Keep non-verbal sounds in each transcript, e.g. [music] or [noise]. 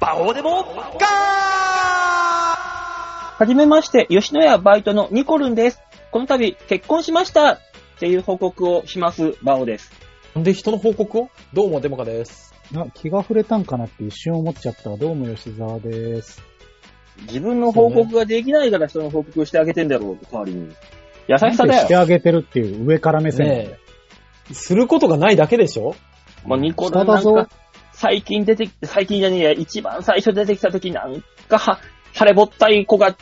バオでもガはじめまして、吉野家バイトのニコルンです。この度、結婚しましたっていう報告をします、バオです。んで、人の報告をどうも、デモカです。な気が触れたんかなって一瞬思っちゃった。どうも吉沢です。自分の報告ができないから人の報告をしてあげてんだろう、代わりに。優しさなんでしだてよ。あげてるっていう上から目線で。ねえ。することがないだけでしょもうニコル下ンなだんぞか。、最近出て、最近じゃねえや、一番最初出てきた時なんか、は、晴れぼったい子が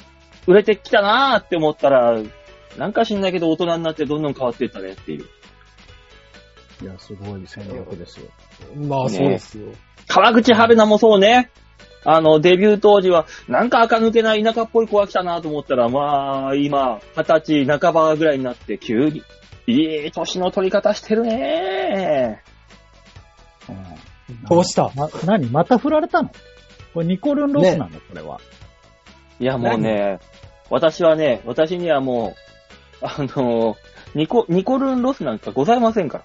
売れてきたなーって思ったら、なんか知んないけど大人になってどんどん変わっていったねっていう。いや、すごい戦略ですよ。まあ、ねえそうですよ。川口春奈もそうね。あの、デビュー当時は、なんか垢抜けない田舎っぽい子が来たなと思ったら、まあ、今、二十歳半ばぐらいになって、急に、いい年の取り方してるねどうしたな、なにまた振られたのこれニコルンロスなの、これは。いや、もうね、私はね、私にはもう、あの、ニコ、ニコルンロスなんかございませんから。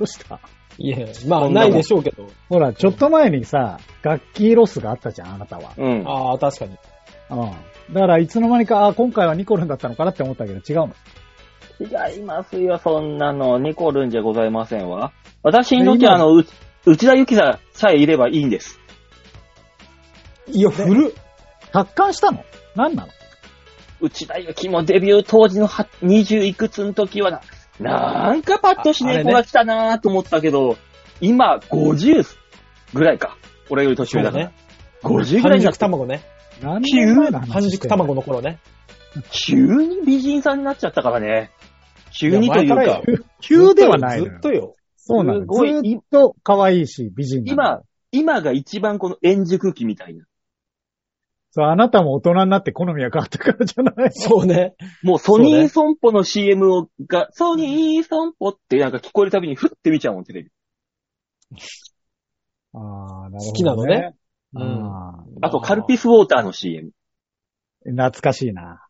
どうしたいえ、まそあ、んなもなんいでしょうけど。ほら、ちょっと前にさ、楽器ロスがあったじゃん、あなたは。うん。ああ、確かに。うん。だから、いつの間にか、あ、今回はニコルンだったのかなって思ったけど、違うの。違いますよ、そんなの。ニコルンじゃございませんわ。私にとっては、あえ今の、う内田ゆきささえいればいいんです。いや、古っ。達観したの何なの内田有紀もデビュー当時のは20いくつの時はな、なんかパッとしねえ子が来たなぁと思ったけど、今50ぐらいか。俺より年上だから。ね。 50ぐらい半になっ熟て、卵ね。何年前の話半熟卵の頃ね。急に美人さんになっちゃったからね。急にといういやか前、から急ではないのずよっ。とよ。そうなすの。ずごいーっと可愛いし、美人なの今、今が一番この円熟期みたいな。そう、あなたも大人になって好みが変わったからじゃないそうね。もうソニーソンポの CM をが、ソニーソンポってなんか聞こえるたびにふって見ちゃうもん、テレビ。ああ、なるほど、ね。好きなのね。うん。ああとカルピスウォーターの CM。ー懐かしいな。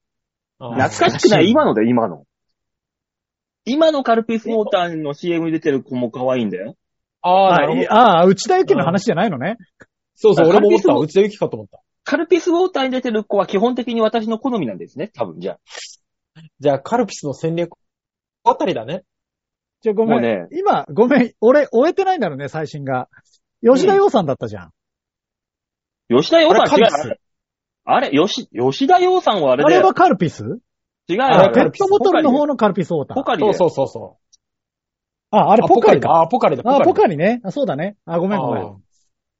あー。懐かしくない今のだよ、今の。今のカルピスウォーターの CM に出てる子も可愛いんだよ。ああ、なるほいど。あー、内田有紀の話じゃないのね。そうそう、あ俺も思っカルピスた。もうちのゆきかと思った。カルピスウォーターに出てる子は基本的に私の好みなんですね、多分じゃあ。じゃあ、カルピスの戦略あたりだね。じゃ、ごもめ、うんね今、ごめん。俺、終えてないんだろうね、最新が。吉田洋さんだったじゃん。吉田洋さんあ違れうカルピよ。あれ、吉、吉田洋さんはあれあだれよは。カルピス違うよ。ああれペカれルッピストボトルの方のカルピスウォータポー。カリそうで。そうそうそう。あ、あれポカリか。あ、ポカリだ。あー、ポリカリね。あそうだね。あ、ごめんごめあんー。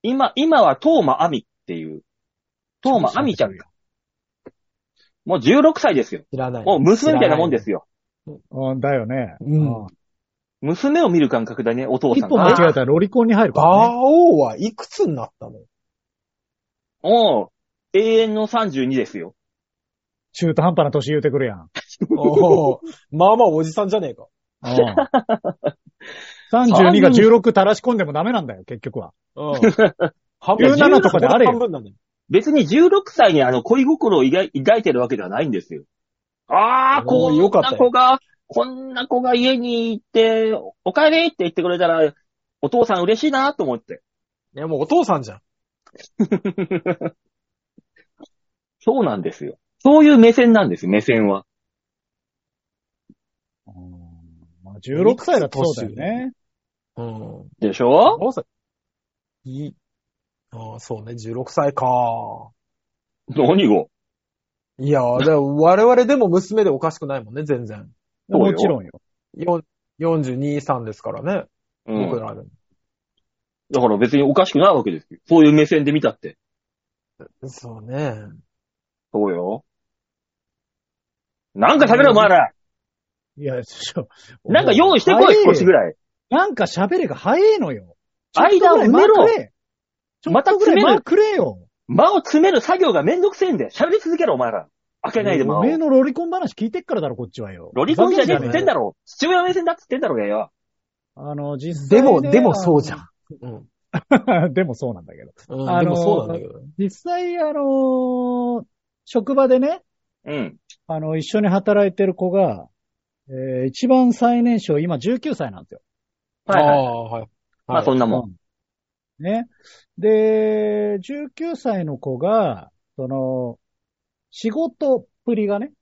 今、今はトーマアミっていう。トーマアミちゃんか。もう16歳ですよ。知らない。もう娘みたいなもんですよ。うん、だよね。うんあー娘を見る感覚だね、お父一さん歩が。間違えたらロリコンに入るから、ね。馬王はいくつになったのおう永遠の32ですよ。中途半端な年言うてくるやん。おーまあまあおじさんじゃねえか。うん32が16垂らし込んでもダメなんだよ、結局は。うん。 17とかであれよ半分なんだよ。別に16歳にあの恋心を抱い抱いてるわけではないんですよ。ああ、おこーんよかったなよ子が、こんな子が家に行って、お帰りって言ってくれたら、お父さん嬉しいなと思って。いや、もうお父さんじゃん。そうなんですよ。そういう目線なんですよ、目線は。まあ、16歳だとそうだよね。うん。でしょ馬王さん。いい。ああ、そうね、16歳か。何がいや [laughs] ー、でも我々でも娘でおかしくないもんね、全然。そうよもちろんよ。よん42、3ですからね。う僕ん。らでも。だから別におかしくないわけですよ。そういう目線で見たって。そうね。そうよ。なんか食べろ、お前ら。いや、ちょ、なんか用意してこい、早少しぐらい。なんか喋りが早いのよ。間を埋めろ。ちょっとぐらい間くれよ。間を詰める作業がめんどくせえんで、喋り続けろ、お前ら。開けないで間おをめえ。のロリコン話聞いてっからだろ、こっちはよ。ロリコンじゃねえって言ってんだだろ。父親目線だって言ってんだろうがよ。あの、実で際ねも、でもそうじゃん。。うん。 [laughs] でもそうなんだけど。うんあのーでもそうなんだけどね。実際、あのー職場でね、うん。あの、一緒に働いてる子が、えー一番最年少、今19歳なんですよ。はいはい。ああ、はい。まあそんなもん。うんね。で、19歳の子が、その、仕事っぷりがね、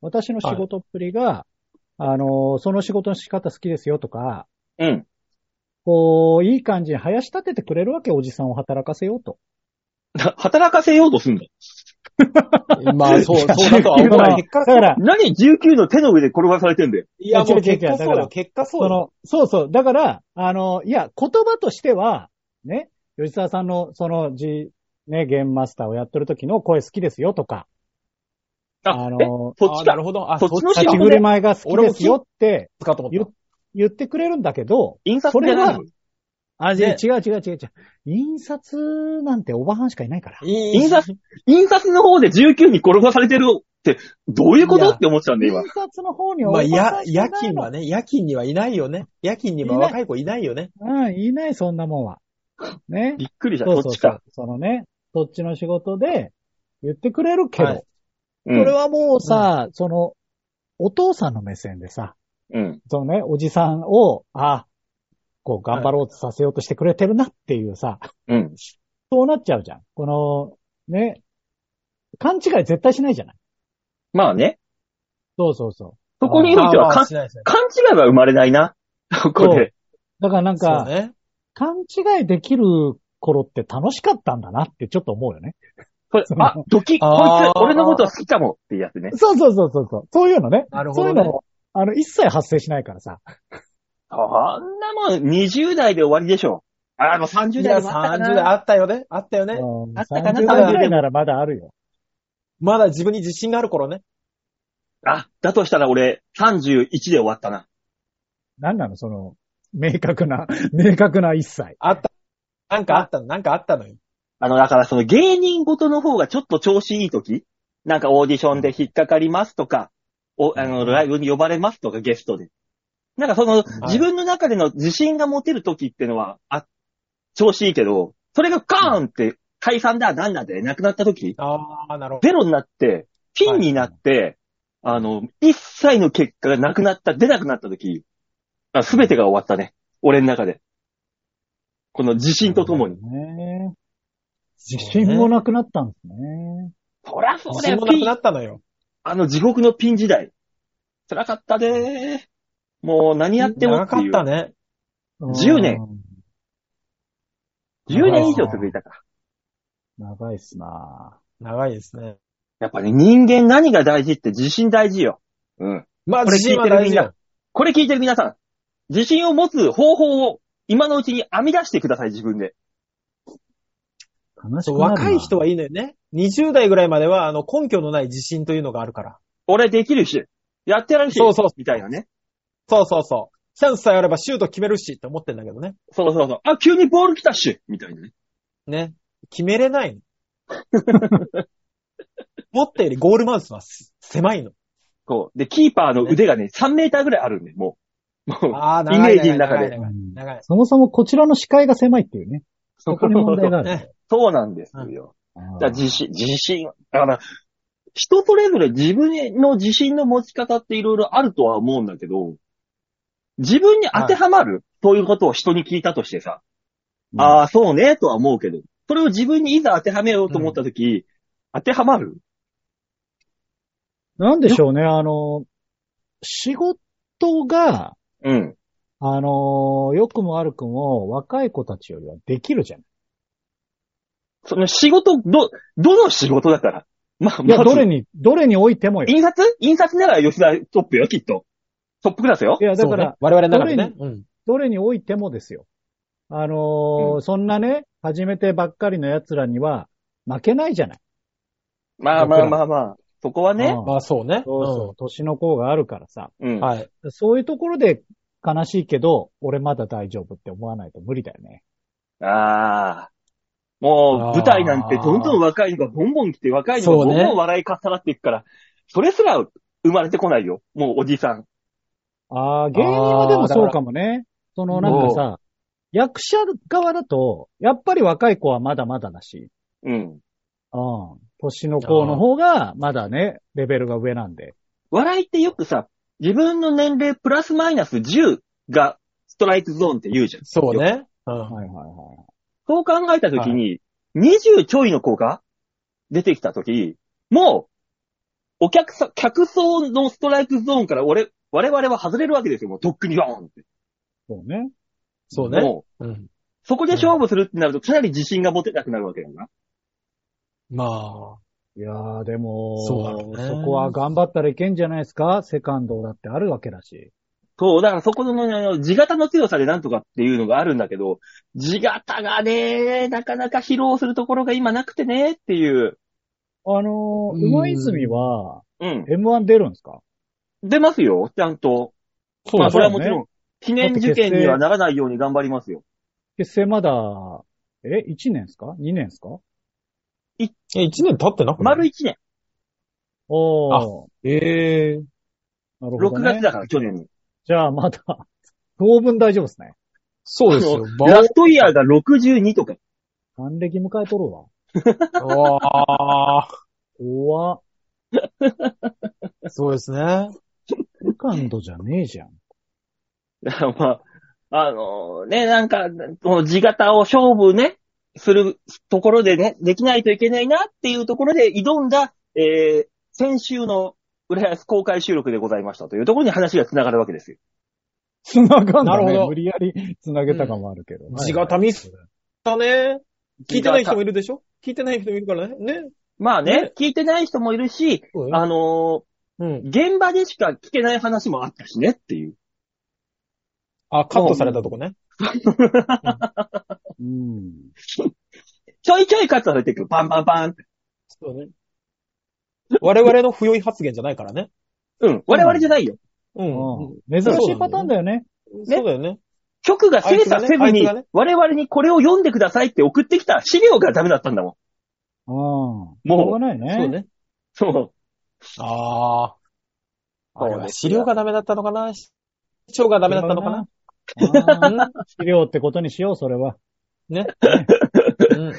私の仕事っぷりが、あの、その仕事の仕方好きですよとか、うん。 [laughs] こう、いい感じに林立ててくれるわけ、おじさんを働かせようと。働かせようとすんのまあ、 [laughs] そう、そうだとは思う。まあ結果だから、何 ?19 の手の上で転がされてんだよ。いや、もう違う違う違う結果そうだかよら。結果そうそよ。の、そうそう。だから、あの、いや、言葉としては、ね、吉沢さんの、その、じ、ね、ゲームマスターをやってる時の声好きですよとか、あ、あえの、そっあちなだる。ほど。あ、そそっっちちのの仕立ち事振る舞いが好きですよってかと思った。言ってくれるんだけど、印刷じゃないのあ、ね違う違う違う違う。印刷なんておばはんしかいないから。印印刷印刷の方で19に転がされてるって、どういうこいとやって思っちゃうんだよ、印刷の方におまばあ、はんしかや、いない夜の。勤はね、夜勤にはいないよね。夜勤にはいない若い子いないよね。うん、いない、そんなもんは。今。。ねびっくりした。そうそっそうちそかう。。そのね、そっちの仕事で言ってくれるけど、はいうんこれはもうさ、その、お父さんの目線でさ、うん。そのね、おじさんを、あ、こう頑張ろうとさせようとしてくれてるなっていうさ、うん。そうなっちゃうじゃん。この、ね、勘違い絶対しないじゃない。まあね。そうそうそう。そこにおいまあては、まかあんしないですね。勘違いは生まれないな。そこで。だからなんそうか、ね。勘違いできる頃って楽しかったんだなってちょっと思うよね。これそうあ、ドキッ、こいあつ、ー俺のこと好きかもっていうやつね。そうそうそうそうそう。そういうのね。なるそういほどうねの。も、あの、一切発生しないからさ。そんなもん、20代で終わりでしょ。あ、もう30い代や、でもあったか30な代あったよね。あったよね。うんあったかな30代ぐらいならまだあるよ。まだ自分に自信がある頃ね。あ、だとしたら俺、31で終わったな。なんなのその、明確な、明確な一切。あった。なんかあったの、なんかあったのよ。あの、だからその芸人ごとの方がちょっと調子いい時なんかオーディションで引っかかりますとか、お、あの、ライブに呼ばれますとか、ゲストで。なんかその、自分の中での自信が持てる時ってのは、あ、調子いいけど、それがカーンって解散だ、なんなんで、なくなった時ああ、なるほど。ゼロになって、ピンになって、あの、一切の結果がなくなった、出なくなった時、すべてが終わったね。俺の中で。この自信とともに。ね。自信もなくなったんですね。そらそ自う信だよも、なピくンな。ったのよ。あの地獄のピン時代。辛かったねー。もう何やっても長かってっいう。たね。 10年うん。 10年以上続いたから。長いっすな長いですね。やっぱね、人間何が大事って自信大事よ。うん。まあ、これ自聞い信はてる大みん事なよ。。これ聞いてる皆さん。自信を持つ方法を今のうちに編み出してください、自分で。悲しそうくなるな若い人は。はいいのよね。20代ぐらいまでは、あの、根拠のない自信というのがあるから。俺できるし、やってやるし、そうそうみたいなね。そうそうそう。チャンスさえあればシュート決めるしって思ってんだけどね。そうそうそう。あ、急にボール来たっし、みたいなね。ね。決めれないの。持ったよりゴールマウスは狭いの。こう。で、キーパーの腕がね、3メーターぐらいあるんで、もう。もう、ああ、イ長メい。ージの中で長い長いうん長い。そもそもこちらの視界が狭いっていうね。そこに問題がある。ね。そうなんですよ。だから自信、自信。だから、人それぞれ自分の自信の持ち方っていろいろあるとは思うんだけど、自分に当てはまる、そういうことを人に聞いたとしてさ、うんああ、そうね、とは思うけど、それを自分にいざ当てはめようと思ったとき、当てはまるなんでしょうね、あの、仕事が、うん。あの、良くも悪くも若い子たちよりはできるじゃん。その仕事、ど、どの仕事だから。まあ、いや、まずどれに、どれにおいてもよ。印刷印刷なら吉田トップよ、きっと。トップクラスよい。や、だかそうねら、我々の中でね。うん。どれにおいてもですよ。あのーうそんなね、始めてばっかりの奴らには負けないじゃない。まあまあまあまあ。そこはね。うんまあ、そうね。そうそう、年の功があるからさ。うん。うんはい。そういうところで悲しいけど、俺まだ大丈夫って思わないと無理だよね。ああ。もう、舞台なんてどんどん若いのがボンボン来て、若いのそがうボンねボン笑いかっさらっていくから、それすら生まれてこないよ。もうおじさん。ああ、芸人はでもそうかもね。そのなんかさ、役者側だと、やっぱり若い子はまだまだだし、うん。うん。年の子の方がまだね、レベルが上なんで。笑いってよくさ、自分の年齢プラスマイナス10がストライクゾーンって言うじゃん。そうね。うん。はいはいはい。そう考えたときに、20ちょいの子が出てきたとき、もう、お客さん、客層のストライクゾーンから俺、我々は外れるわけですよ。もうとっくにバーンって。そうね。そうね。もう、うん。そこで勝負するってなるとかなり自信が持てなくなるわけだよな。まあ、いやー、でも、そうだろうねそこは頑張ったらいけんじゃないですかセカンドだってあるわけだし。そう、だからそこの、あの地型の強さでなんとかっていうのがあるんだけど、地型がね、なかなか披露するところが今なくてね、っていう。あのうー、ん今泉は、うん。 M1 出るんですか出ますよ、ちゃんと。そまあ、だねそれはもちろん、記念受験にはならないように頑張りますよ。結成まだ、え ?1 年ですか ?2 年ですかえ、一年経ってなくない丸一年。おー。ええなるほど、 6ね。月だから、去年に。じゃあまだ、 [laughs] 当分大丈夫ですね。そうです [laughs] よ。ラストイヤーが62とか。 [laughs] 還暦迎えとるわ。馬王あ怖っーそうですね。セカンドじゃねえじゃん。だからまあ、あのね、なんか、この地型を勝負ね、するところでね、できないといけないなっていうところで挑んだ、えー、先週の浦安公開収録でございましたというところに話が繋がるわけですよ。繋がんだ、ね、なるほど無理やり [laughs] 繋げたかもあるけど。ん地形ミス。だね。聞いてない人もいるでしょ聞いてない人もいるからね。ね。まあね、ね聞いてない人もいるし、あのうん。ー現場でしか聞けない話もあったしねっていう。あ、カットされたとこね。うん。ちょいちょいカットされていく。バンバンバンって。そうね。我々の不用意発言じゃないからね。うん。我々じゃないよ。うん。うん、珍しいパターンだよね。そうだよね。局が精査せずあいつにがね、我々にこれを読んでくださいって送ってきた資料がダメだったんだもうん。もうしょうがないね。そう。ね。ん。そう。ああ。あれそうはです資よ料がダメだったのかな視聴がダメだったのかなあー資料ってことにしよう、それは。ね。うん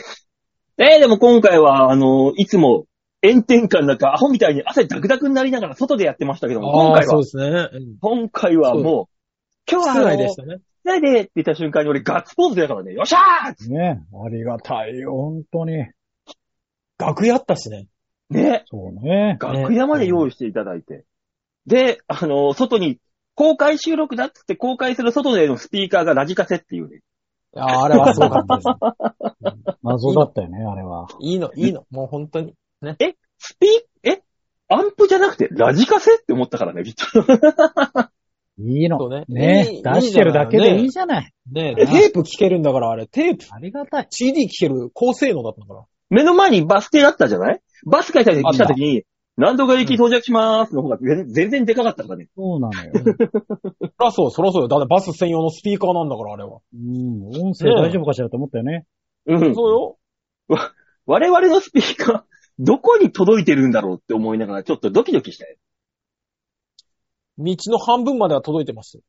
えー、でも今回は、あの、いつも炎天下の中、アホみたいに汗ダクダクになりながら外でやってましたけども、今ああ、回そうはで、すね。うん今回はもう、今日は室あ内のでしたね。室内でって言った瞬間に俺ガッツポーズ出たからね、よっしゃーってね。ありがたいよ、本当に。楽屋あったしね。ね、そう [laughs] ね。楽屋まで用意していただいて。で、あの、外に、公開収録だっつって公開する外でのスピーカーがラジカセっていうね。ああ、あれはすごかったです。謎だったよね、あれは。 [laughs] いいの、いいの。もう本当に。スピー、えアンプじゃなくてラジカセって思ったからね、きっと。 [laughs] いいその。うね。ねいい出してるだけでいい。じゃない。ねねテープ聞けるんだから、あれ。テープ、ありがたい。 CD 聞ける高性能だったんだから。目の前にバス停だったじゃないバスが来た時来た時に、何度か駅到着しまーすの方が全全然でかかったからね。そうなのよ。そらそう、そらそうよ。だってバス専用のスピーカーなんだから、あれは。うん。音声大丈夫かしらと思ったよね。うん。そうよ。我々のスピーカー、どこに届いてるんだろうって思いながら、ちょっとドキドキしたよ。道の半分までは届いてますよ。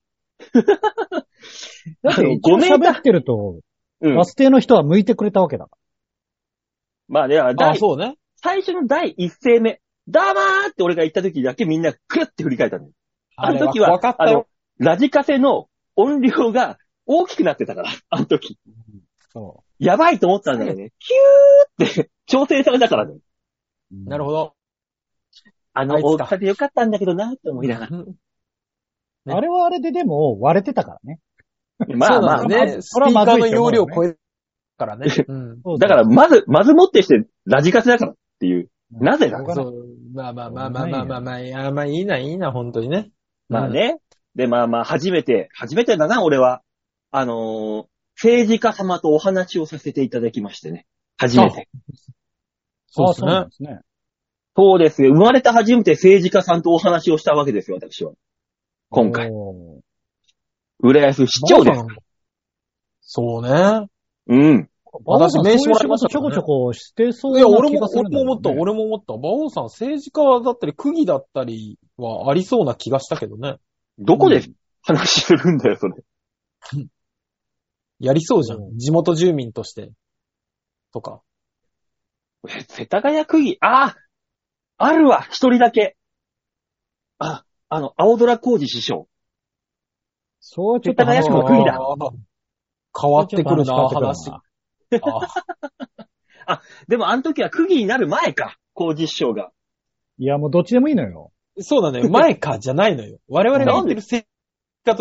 だって、一応ごめんな喋ってると、うんバ。ス停の人は向いてくれたわけだかまあね、ああ第そうね。最初の第一声目、ダーマーって俺が言った時だけみんなクルって振り返ったのよ。あの時は分かったよ。ラジカセの音量が大きくなってたから、あの時。ら。そやばいと思ったんだけどね、キューって調整されたからね。う。なるほほど。あの大きさでよかったんだけどなって思いながどねあれはあれででも、割れてたからね。ら。まあまあそうなんだね。スピーカーの容量を超えるからね。うん。そうそうだから、、まず、まずもってして、ラジカセだからっていう。なぜだしょうがそ。ないうまあまあまあまあまあまあまあ、いやまあいいな、いいな、本当にね。まあね。で、まあまあ、初めて、初めてだな、俺は。あのー政治家様とお話をさせていただきましてね。初めて。そうでああすそうなんね。ですね。そうですよ。生まれて初めて政治家さんとお話をしたわけですよ、私は。今回。おー。浦安市長です。そうね。うん。私、私名名刺刺ももらいましたちからょこねちょこしてそういなや、俺気もが、する俺んだもよね思った、俺も思った。馬王さん、政治家だったり、区議だったりはありそうな気がしたけどね。どこで話するんだよ、それ。やりそうじゃ。うん地元住民として。とか。え世田谷区議、あああるわ、一人だけ。あ、あの、青空浩二師匠。そう、ち世ょっと田谷話区がの区議だあー変わってくるな、話。あでもあの時は区議になる前か、工事師匠が。いや、もうどっちでもいいのよ。そうだね。前か、じゃないのよ。我々が言ってる政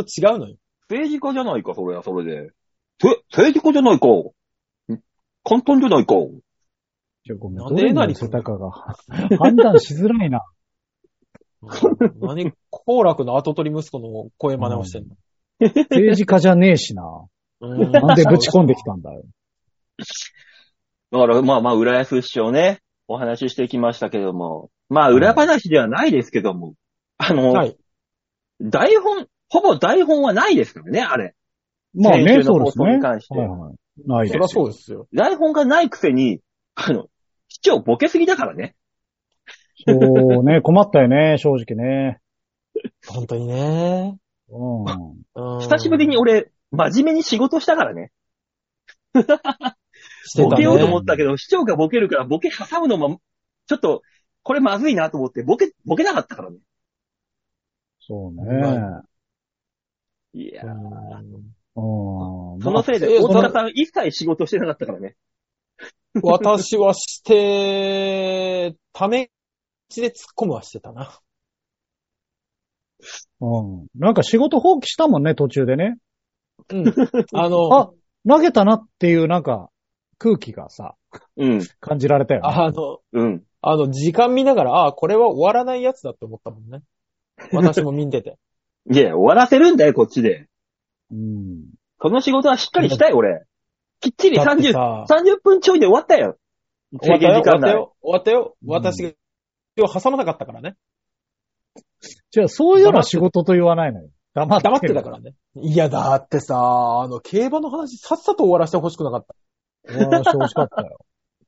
治家と違うのよ。政治家じゃないか、それはそれで。せ、政治家じゃないか。ん簡単じゃないか。ちょ、ごめん。などんでれにえなり乗させんたかが。判断しづらいな。何、幸楽の後取り息子の声真似をしてんの。政治家じゃねえしな。うんなんでぶち込んできた [laughs] んだよ。だから、まあまあ、浦安市をね、お話ししてきましたけども。まあ、裏話ではないですけども。あの、はい。台本、ほぼ台本はないですからね、あれ。まあ先ね、週のそう放です送ね。に関してはいはい。ないそでりゃす。そうですよ。台本がないくせに、あの、市長ボケすぎだからね。そうね、困ったよね、正直ね。本当にね。うん。久しぶりにうん俺、真面目に仕事したからね。してボたケようとね。思ったけど、市長がボケるから、ボケ挟むのも、ちょっと、これまずいなと思って、ボケ、ボケなかったからね。そうね。まいやうーんうん。そのせいで、え大そ田のさん一切仕事してなかったからね。私はして、ため口で突っ込むはしてたな。うん。なんか仕事放棄したもんね、途中でね。うん。ああの、、投げたなっていうなんか空気がさ、うん、感じられたよね。あの、うん。あの、時間見ながら、ああ、これは終わらないやつだって思ったもんね。私も見てて。いや、終わらせるんだよ、こっちで。うん。この仕事はしっかりしたい、俺。きっちりだって30、さ、 30分ちょいで終わったよ。終わ制ったよ、終わった限時間内。よ、終わったよ。うん私が、を挟まなかったからね。じゃあ、そういうような仕事と言わないのよ。黙って黙ってた [laughs] からね。いや、だってさ、あの、競馬の話、さっさと終わらせてほしくなかった。ら。俺は正直かったよ。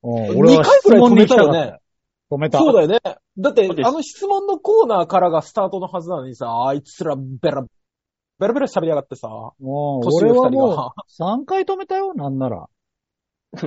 うん2回くらい止めたよ。俺は質問に行きかっね。た止めた。そうだよね。だってそうで、すあの質問のコーナーからがスタートのはずなのにさ、あいつらベラ、ベラベラ喋りやがってさ、もう、年俺上二は人もが。う、3回止めたよ、なんなら。 [laughs]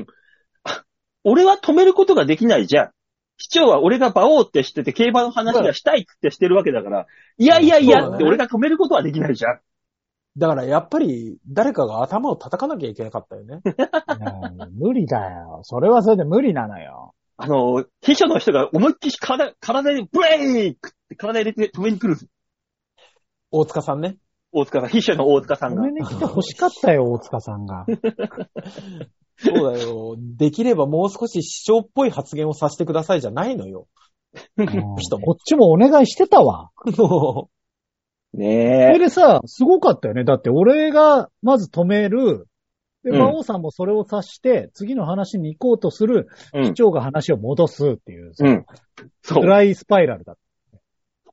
俺は止めることができないじゃん。市長は俺が馬王って知ってて、競馬の話がしたいってしてるわけだから、いやいやいやそうっだてね俺が止めることはできないじゃん。 [laughs] だからやっぱり、誰かが頭を叩かなきゃいけなかったよね。うん無理だよ。それはそれで無理なのよ。あの、秘書の人が思いっきり体、体でブレークって体入れて止めに来るんです。大塚さんね。大塚さん、秘書の大塚さん止がめ。に来て欲しかったよ、大塚さん [laughs] が。 [laughs] そうだよ。できればもう少し市長っぽい発言をさせてくださいじゃないのよ。うん人もこっちもお願いしてたわ。もそれねでさ、すごかったよね。だって俺がまず止める、で、うん馬王さんもそれを察して、次の話に行こうとする、え。うん市。長が話を戻すっていう、うん。そう。辛いスパイラルだっ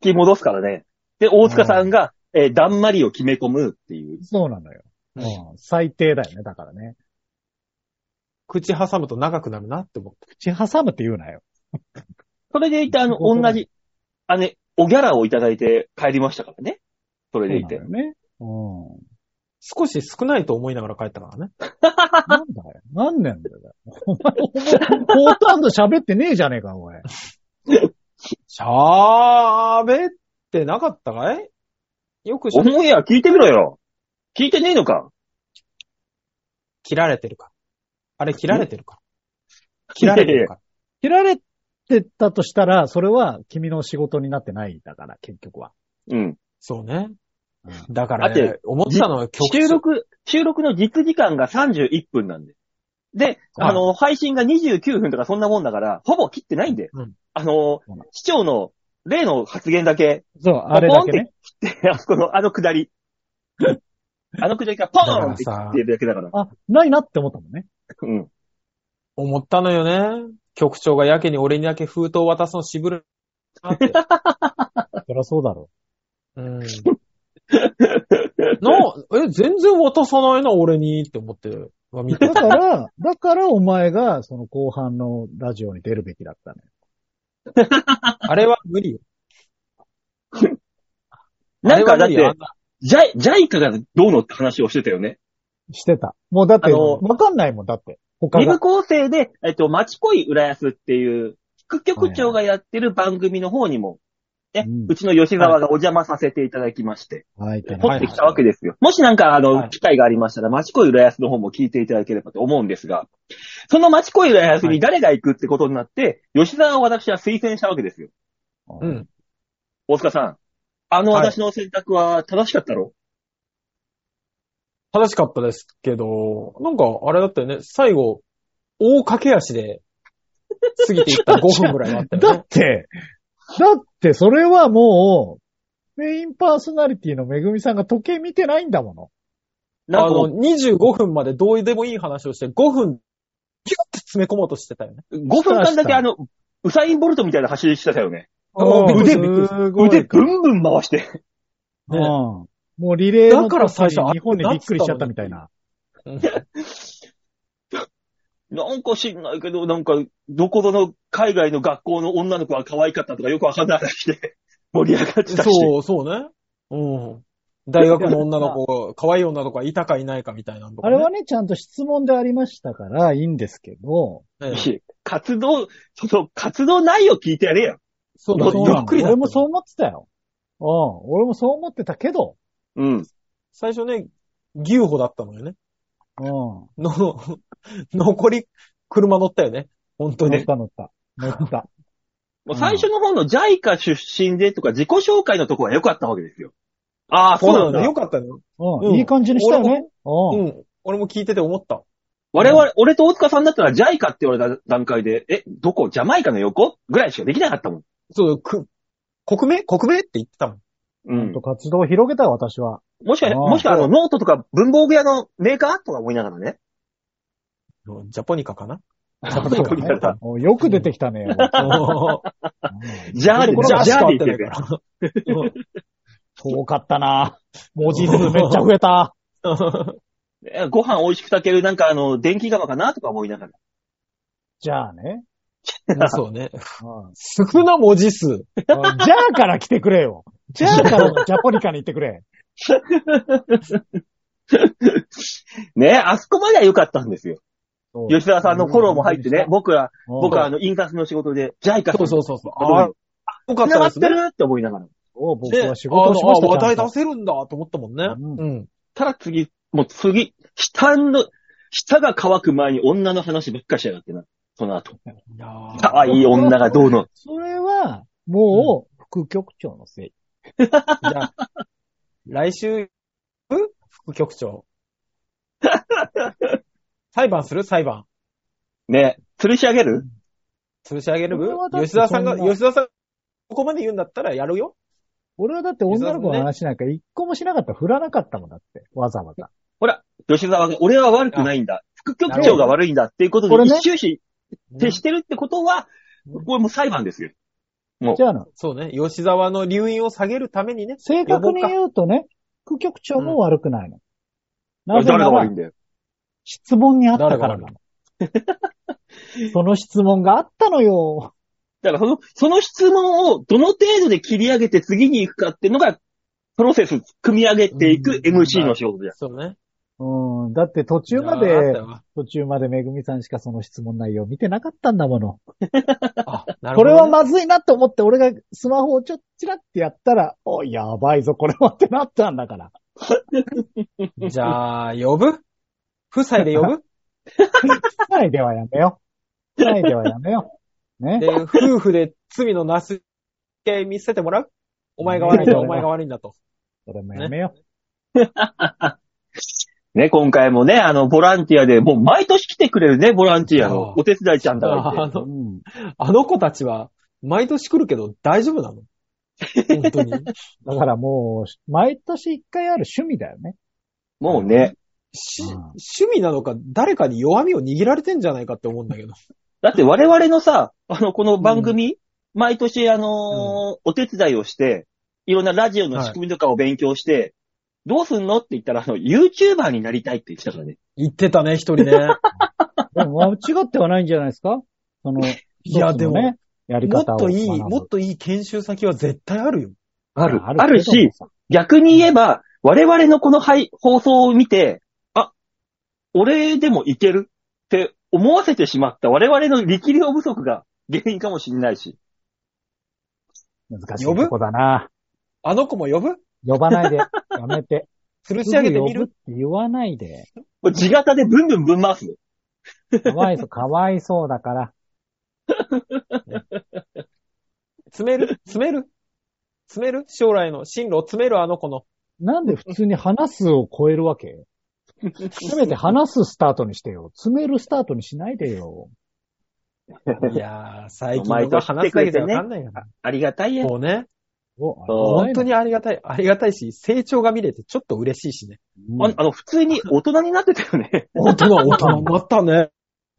引き戻すからね。で、大塚さんが、えー、だんまりを決め込むっていうた。。そうなのよ。うん、最低だよね、だからね。う、口挟むと長くなるなって思って。口挟むって言うなよ。それでいて、あの、なるほど同じ、あね、おギャラをいただいて帰りましたからね。それそでうないのてよ。ね。うん。少し少ないと思いながら帰ったからね。なんだよ。なんなんだよ。お前、ほとんど喋ってねえじゃねえか、お前。しゃーべってなかったかいよくしゃオンエア聞いてみろよ聞いてねえのか切られてるから。あれ切られてるから。切られてるから。切られてたとしたら、それは君の仕事になってないんだから、結局は。うん。そうねう。だからだっね、思ってたのは曲収録、収録の実時間が31分なんで。で、はいあの、配信が29分とかそんなもんだから、ほぼ切ってないんで。うんあのそうなの、市長の例の発言だけ、そう、あれだけね。ポンって切って、あそこの、あの [laughs] 下り。あの下りがポーンって切ってるだけだから。あ、ないなって思ったもんね。うん。思ったのよね。局長がやけに俺にだけ封筒を渡すの渋るなって。そりゃそうだろうん。な、え、全然渡さないな、俺にって思っては見 [laughs] う。てだから、だからお前が、その後半のラジオに出るべきだったね。あれは無理よ。なんかあれはだって無理よあんなジャイ、ジャイカがどうのって話をしてたよね。してた。もうだって、あのわかんないもん、だって。他二部が。構成で、えっと、町恋浦安っていう、副局長がやってる番組の方にもね、うんうちの吉沢がお邪魔させていただきまして、はい、撮大変はっいてきたわけですよ。もしなんか、あの、はい機会がありましたら、町恋浦安の方も聞いていただければと思うんですが、その町恋浦安に誰が行くってことになって、吉沢を私は推薦したわけですよ。う。ん。大塚さん、あのはい私の選択は正しかったろ正しかったですけど、なんかあれだったよね、最後、大駆け足で過ぎていった5分ぐらいがあっただよねっ。て、だってそれはもう、メインパーソナリティのめぐみさんが時計見てないんだもの。うあ [laughs] なんの、か、 25分までどうでもいい話をして、5分、キュッて詰め込もうとしてたよね。 5分間だけあの、ウサインボルトみたいな走りしてたよね。あー腕びっくりしすごい。腕ブンブン回して。うねん。もうリレーの時にだから最初日本でびっくりしちゃったみたいな。なんか知んないけど、なんか、どこぞの海外の学校の女の子は可愛かったとかよくわかんない話で盛り上がってたし。そう、そうね。うん。大学の女の子が、可愛い女の子がいたかいないかみたいなのとあかれね、はね、ちゃんと質問でありましたから、いいんですけど。ええ活動、その活動内容聞いてやれよ。そうまだあね。なゆのっくりだった俺もねそう思ってたよ。うん。俺もそう思ってたけど。うん。最初ね、牛歩だったのよね。うん。の、 [laughs] 残り、車乗ったよね。本当乗にっ。た乗った。乗った。もう最初の方の JICA 出身でとか自己紹介のとこは良かったわけですよ。ああ、そうなんだ。よかったよ。 [laughs] う。うんんいい感じにしたよね。ううん。ん。俺も聞いてて思った。我々、俺と大塚さんだったら JICA って言われた段階で、え、どこジャマイカの横ぐらいしかできなかったもん。そう、く、国名国名って言ってたもん。うちょっんと。活動を広げた、私は。もしか、あーもしかあの、ノートとか文房具屋のメーカーとか思いながらね。ジャポニカかなそうかジャポニカおよく出てきたね。 [laughs] ジャーで、ジジャャーーでしか合っ言っててるなよいから。うん遠かったな文字数めっちゃ増 [laughs] えた。えご飯美味しく炊ける、なんかあの、電気釜かなとか思いながら。じゃあね。そうね。うん少な文字数。じゃあから来てくれよ。じゃあからジャポニカに行ってくれ。ねあそこまでは良かったんですよ。そう吉田さんのフォローも入ってね、僕ら、うん僕はあの、印刷の仕事で、ジャイカさそんうそうそうそう。どうああ、よかっ繋たがでっすね。てるって思いながら。お僕では仕事をしましあのあた話題ちゃん出と。せるんだと思ったもんね。ううん。ただ次、もう次、下の、舌が乾く前に女の話ばっかりしやがってな。その後。いや可愛い女がどうの。それは、もう、副局長のせい。じゃあ、来週、副局 [laughs] 長。裁判する裁判。ね吊るし上げる吊るし上げるそれはだって吉田さんが、そんな吉田さん、ここまで言うんだったらやるよ。俺はだって女の子の話なんか一個もしなかった。振らなかったもんだって。わざわざ。吉沢が、俺は悪くないんだ。副局長が悪いんだっていうことでこれ、ね一終始徹してるってことは、これもう裁判ですよ。じゃあの、そうね。吉沢の留飲を下げるためにね。正確に言うとね、副局長も悪くないの。なぜ誰なが悪いらん、だよ。質問にあったからなの。 [laughs] その質問があったのよ。だからその、その質問をどの程度で切り上げて次に行くかっていうのが、プロセス、組み上げていく MC の仕事じゃん。そうね。うん。だって途中まいやーあっでた、よ途中までめぐみさんしかその質問内容見てなかったんだもの。 [laughs] あ、なるほど、これはまずいなと思って俺がスマホをちょっちらってやったら、おい、やばいぞ、これはってなったんだから。じゃあ、呼ぶ夫妻で呼 [laughs] ぶつないではやめよう。つないではやめよ [laughs] う。ね。で、夫婦で罪のなす系見せてもらうお前が悪いんだ、お前が悪いんだ [laughs] と。それもやめよう。ね、今回もね、あの、ボランティアで、もう毎年来てくれるね、ボランティアのお手伝いちゃんだからいてあの、うん。あの子たちは、毎年来るけど大丈夫なの本 [laughs] 当に。だからもう、毎年一回ある趣味だよね。もうね。しうん趣味なのか、誰かに弱みを握られてんじゃないかって思うんだけど。だって我々のさ、あの、この番組、毎年あのーお手伝いをして、いろんなラジオの仕組みとかを勉強して、どうすんのって言ったら、あの、YouTuber になりたいって言ってたからね。言ってたね、一人 [laughs] ね。でも間違ってはないんじゃないですかその、 [laughs] いや、で一つのも、ね、やりもっ方をと学ぶ。いい、もっといい研修先は絶対あるよ。あまあるけどしも、さ逆に言えば、我々のこの配放送を見て、あ、俺でもいけるって思わせてしまった我々の力量不足が原因かもしれないし。難しい呼ぶとこだな。あの子も呼ぶ呼ばないで。やめて。吊るしす上げぐて呼みぶっるて言わないで。もう地形でブンブンぶん回す。かわいそう、かわいそうだから。詰める詰める詰める将来の進路を詰めるあの子の。なんで普通に話すを超えるわけせめて話すスタートにしてよ。詰めるスタートにしないでよ。いやー、最お前近との知話ってくだれけじてゃねわかんないよな。ありがたいや。もうね、そう本当にありがたい、ありがたいし、成長が見れてちょっと嬉しいしね。ああの、普通に大人になってたよ [laughs] ね。大人、大人になったね。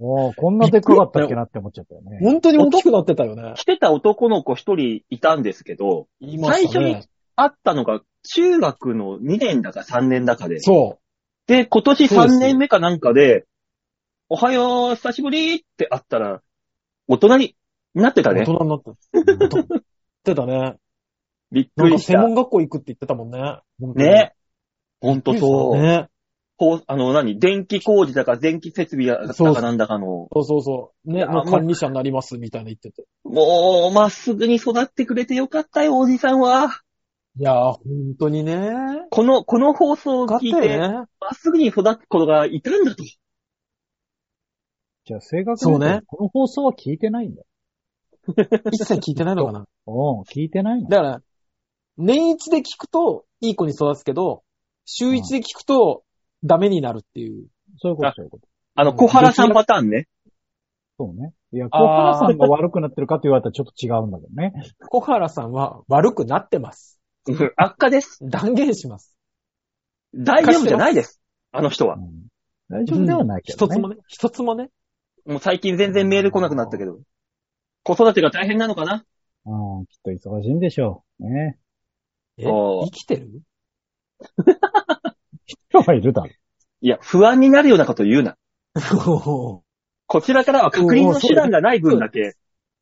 おこんなでっかかったっけなって思っちゃったよね。本当に大きくなってたよね。来てた男の子一人いたんですけど、言いま最した初にね。会ったのが中学の2年だか3年だかで。そで、今年そうです3年目かなんかで、おはよう、久しぶりって会ったら、大人になってう。た大ね人。になった。大人になってたね。びっなくんりかし専た。門学校行くって言ってたもんね。ね。ほんと本当そ。そうう。ね。こう、あの、何電気工事だか、電気設備だそうそかうなんだかの、そうそうそう。ね、やもうまあ管理者になります、みたいな言ってて。もう、まっすぐに育ってくれてよかったよ、おじさんは。いやー、本当にね。この、この放送をよかっ聞いたて、よね。まっすぐに育つ子がいたんだと。じゃあ正確そうに、ねこの放送は聞いてないんだよ。一切聞いてないのかな。うん、聞いてないの。だから、年一で聞くと、いい子に育つけど、週一で聞くと、ダメになるっていう。そういうことあ、そういうこと。あの、小原さんパターンね。そうね。いや、小あー原さんが悪くなってるかと言われたらちょっと違うんだけどね。小原さんは悪くなってます。悪化です。断言します。大丈夫じゃないです。あの人はう。ん大丈夫ではないけどうん一つもね。ね、一つもね。もう最近全然メール来なくなったけど。子育てが大変なのかなうん、きっと忙しいんでしょう。ね。えおー生きてる [laughs] 人はいるだろ。いや、不安になるようなこと言うな。こちらからは確認の手段がない分だけ、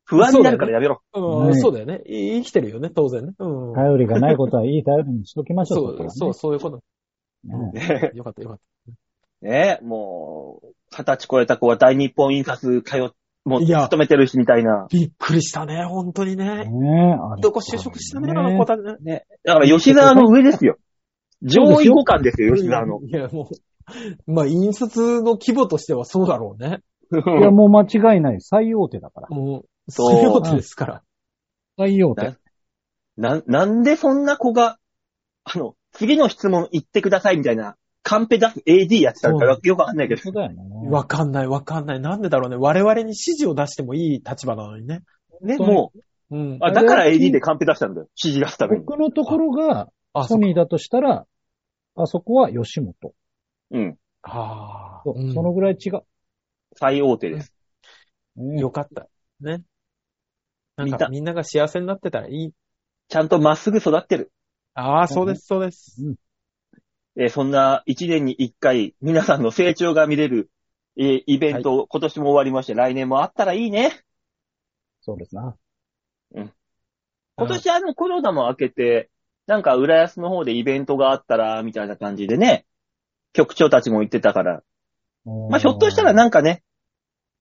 不安になるからやめろ。 [laughs] うねん、そうだよね。い生きてるよね、当然ね。うん。頼りがないことはいい頼りにしときましょう。そこはう、ねそう、そういうこと。ねねよかった、よかっえ、もう、二十歳超えた子は大日本印刷通っ、もう、いや勤めてるしみたいなた。。びっくりしたね、本当にね。ねえ、あれどこ就職したのかな、こたね。ね。だから吉沢の上ですよ。上位互換ですよ、吉沢の。いや、もう、まあ、印刷の規模としてはそうだろうね。いや、もう間違いない。最大手だから。もう、そうそういうことですから。最大手。な、なんでそんな子が、あの、次の質問言ってくださいみたいな、カンペ出す AD やってたのかよくわかんないけど。そうだよね。わかんない、わかんない。なんでだろうね。我々に指示を出してもいい立場なのにね。ね、そうねもう、うん。あ、だから AD でカンペ出したんだよ。指示出すために。僕のところがあ、ソうニーだとしたら、あそこは吉本。うん。ああ、そううんそのぐらい違う。最大手です。ねよかった。ね。なん見たか、みんなが幸せになってたらいい。ちゃんとまっすぐ育ってる。ああ、そうです、そうです。えーそんな1年に1回、皆さんの成長が見れる、えーイベント、今年も終わりまして、来年もあったらいいね。そうですな。今年あのコロナも明けて、なんか浦安の方でイベントがあったら、みたいな感じでね、局長たちも言ってたから、ままあ、ひょっとしたらな。なんかね、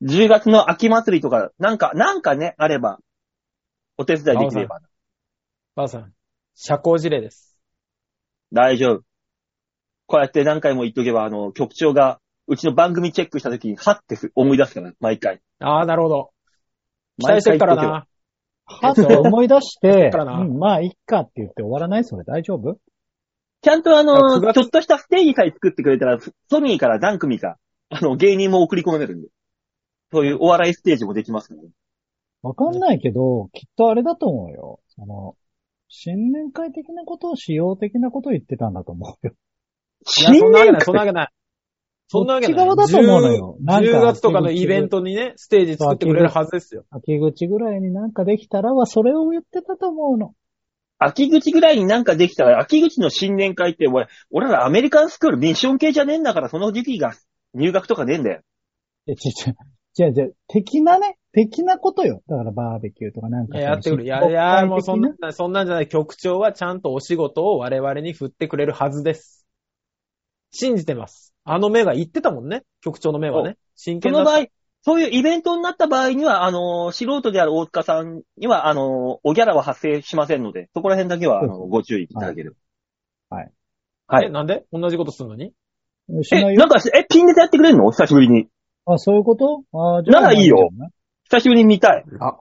10月の秋祭りとか、なんか、なんかね、あれば、お手伝いできれば。ばあさん、社交辞令です。大丈夫。こうやって何回も言っとけば、あの、局長が、うちの番組チェックした時に、はって思い出すから、毎回。ああ、なるほど。期毎待して回るから言っな。とはっと思い [laughs] 出して、からなうんまあ、いっかって言って終わらないそれ大丈夫けば。ちゃんとああ九の、月ちょっとしたステージさえ作ってくれたら、ソニーから何組か、あの、芸人も送り込まれるんで。そういうお笑いステージもできますからね。わかんないけど、きっとあれだと思うよ。その、新年会的なことを、使用的なことを言ってたんだと思うよ。いや、そんなわけない、そんな会わけない。そんなわけない。こっち側だと思うのよなんか10月とかのイベントにね、ステージ作ってくれるはずですよ。秋口ぐらいになんかできたらは、それを言ってたと思うの。秋口ぐらいになんかできたら、秋口の新年会って、俺、俺らアメリカンスクールミッション系じゃねえんだから、その時期が入学とかねえんだよ。え、ちちじゃあじゃあ、的なね、的なことよ。だからバーベキューとかなんいか。や、やってくる。いそや、のいや、もうそん国な会的、そんなんじゃない。局長はちゃんとお仕事を我々に振ってくれるはずです。信じてます。あの目が言ってたもんね。局長の目はね。真そ剣だのった場合、そういうイベントになった場合には、あの、素人である大塚さんには、あの、おギャラは発生しませんので、そこら辺だけは、あの、ご注意いただける。はいえ、なんで同じことするのにしなえ、いなよん。か、え、ピンネタやってくれるの久しぶりに。あ、そういうことあじゃあならいいよ。久しぶりに見たい。ら、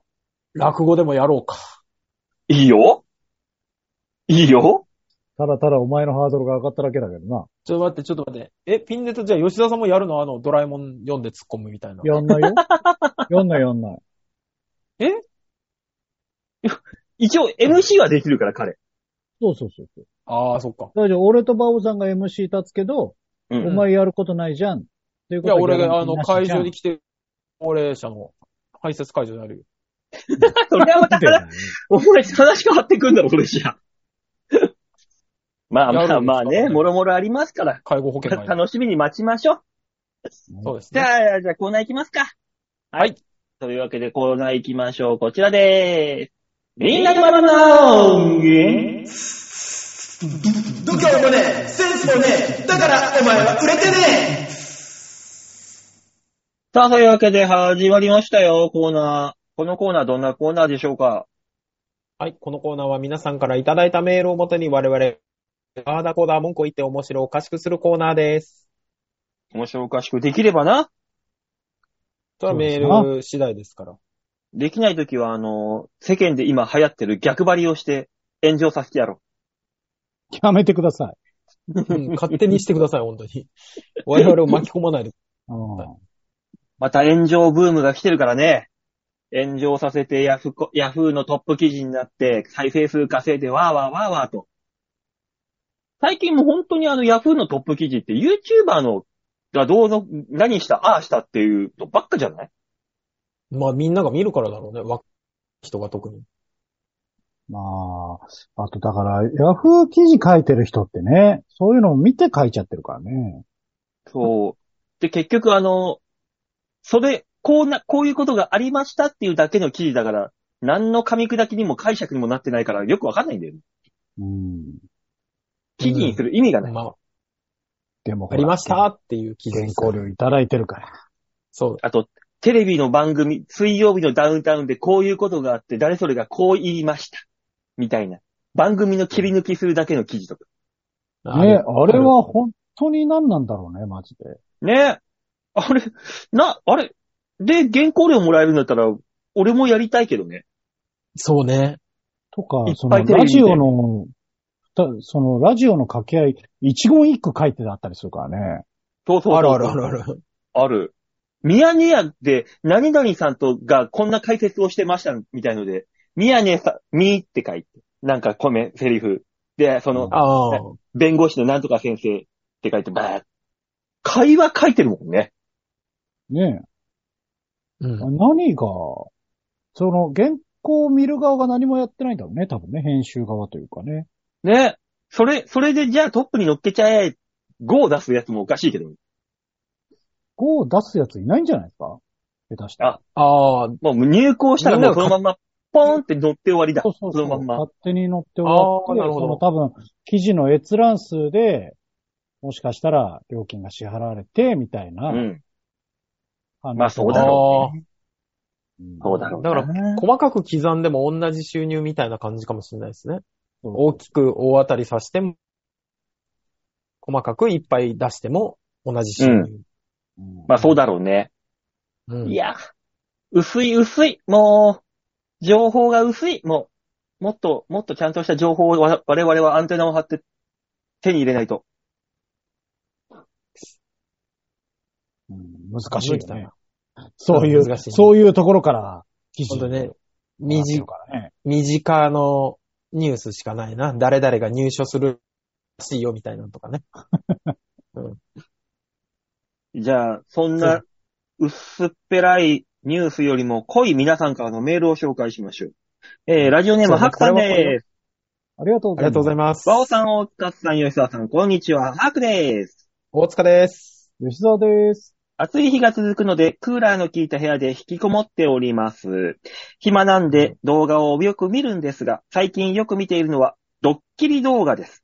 落語でもやろうか。いいよいいよただただお前のハードルが上がっただけだけどな。ちょっと待って、ちょっと待って。え、ピンネタじゃあ吉田さんもやるのあの、ドラえもん読んで突っ込むみたいな。やんな [laughs] いよ。やんないやんない。一応 MC はできるから、彼。そうそうそうそう。ああ、そっか。大丈夫。俺とバオさんが MC 立つけど、うおん。前やることないじゃん。っていういこや、とは俺ギャラが、あンティの、ーなし会じゃん場に来てる高齢者の排泄会場になるよ。 [laughs] それはまた [laughs] 見て話、ないお前話変わってくんだろ、それじゃ。まあやるんですまあかまあね、もろもろありますから、介護保険 [laughs] がいる。楽しみに待ちましょう。そうですじね。ゃあ、じゃあコーナー行きますか。はい。というわけでコーナー行きましょう。こちらでーす。みんなのママのー度胸もねえ、センスもねえ、だからお前は売れてねえさあ、というわけで始まりましたよ、コーナー。このコーナーどんなコーナーでしょうかはい、このコーナーは皆さんからいただいたメールをもとに我々、あーだこーだ文句を言って面白おかしくするコーナーです。面白おかしくできればな。それはメそうール次第ですから。できないときは、あの、世間で今流行ってる逆張りをして炎上させてやろやめてください。うん勝手にしてください、本当に。我々を巻き込まないで。うんう。また炎上ブームが来てるからね。炎上させてヤフコ、ヤフーのトップ記事になって、再生数稼いでわーわーわーわーと。最近もう本当にあのヤフーのトップ記事って YouTuber のがどうぞ、何した、ああしたっていうのばっかじゃないまあみんなが見るからだろうね、若い人が特に。まあ、あとだから、ヤフー記事書いてる人ってね、そういうのを見て書いちゃってるからね。そう。で、結局あの、それ、こうな、こういうことがありましたっていうだけの記事だから、何の噛み砕きにも解釈にもなってないからよくわかんないんだよね。うん。記事にする意味がない。まあ、でもほあらりましたっていう記事で原す。稿料いただいてるから。そう。あと、テレビの番組、水曜日のダウンタウンでこういうことがあって、誰それがこう言いました。みたいな。番組の切り抜きするだけの記事とか。ね、るあれは本当に何なんだろうね、マジで。ねえ。あれ、な、あれ。で、原稿料もらえるんだったら、俺もやりたいけどね。そうね。とかいっぱい、その、テレビラ見てジオの、たその、ラジオの掛け合い、一言一句書いてあったりするからね。そうそうそうあるあるあるある。ある。ミヤネ屋で、何々さんとがこんな解説をしてましたみたいので、ミヤネさん、みーって書いて、なんか米、セリフ。で、その、ああ。弁護士のなんとか先生って書いて、ばー会話書いてるもんね。ねうんえ。何が、その、原稿を見る側が何もやってないんだろうね、多分ね、編集側というかね。ね。それ、それでじゃあトップに乗っけちゃえ、5を出すやつもおかしいけど、語を出すやついないんじゃないですか下手したら。あああ、もう入稿したらもうそのまんま、ポーンって乗って終わりだ。そうそうそう。そのまんま勝手に乗って終わって、あーなるほどその多分、記事の閲覧数で、もしかしたら料金が支払われて、みたいな。うん。話まあそうだろうね。うんそうだろうね。だからら、細かく刻んでも同じ収入みたいな感じかもしれないですね。そう大きく大当たりさせても、細かくいっぱい出しても同じ収入。うんまあそうだろうね。うんいや、薄い薄い。もう、情報が薄い。もう、もっと、もっとちゃんとした情報をわ我々はアンテナを張って手に入れないと。うん難しいよ難しいねな。そういう、難しいそういうところから、記本事当ね、にな身って近る、からね。身近のニュースしかないな。誰々が入所するらしいよみたいなのとかね。じゃあ、そんそな薄っぺらいニュースよりも濃い皆さんからのメールを紹介しましょう。えー、ラジオネーム、そうねハクさんこれはこれです。ありがとうごありざがいとうまごすざい。ます。バオさん、大塚さん、吉沢さん、こんにちは。ハクです。大塚です。吉沢です。暑い日が続くので、クーラーの効いた部屋で引きこもっております。暇なんで動画をよく見るんですが、最近よく見ているのは、ドッキリ動画です。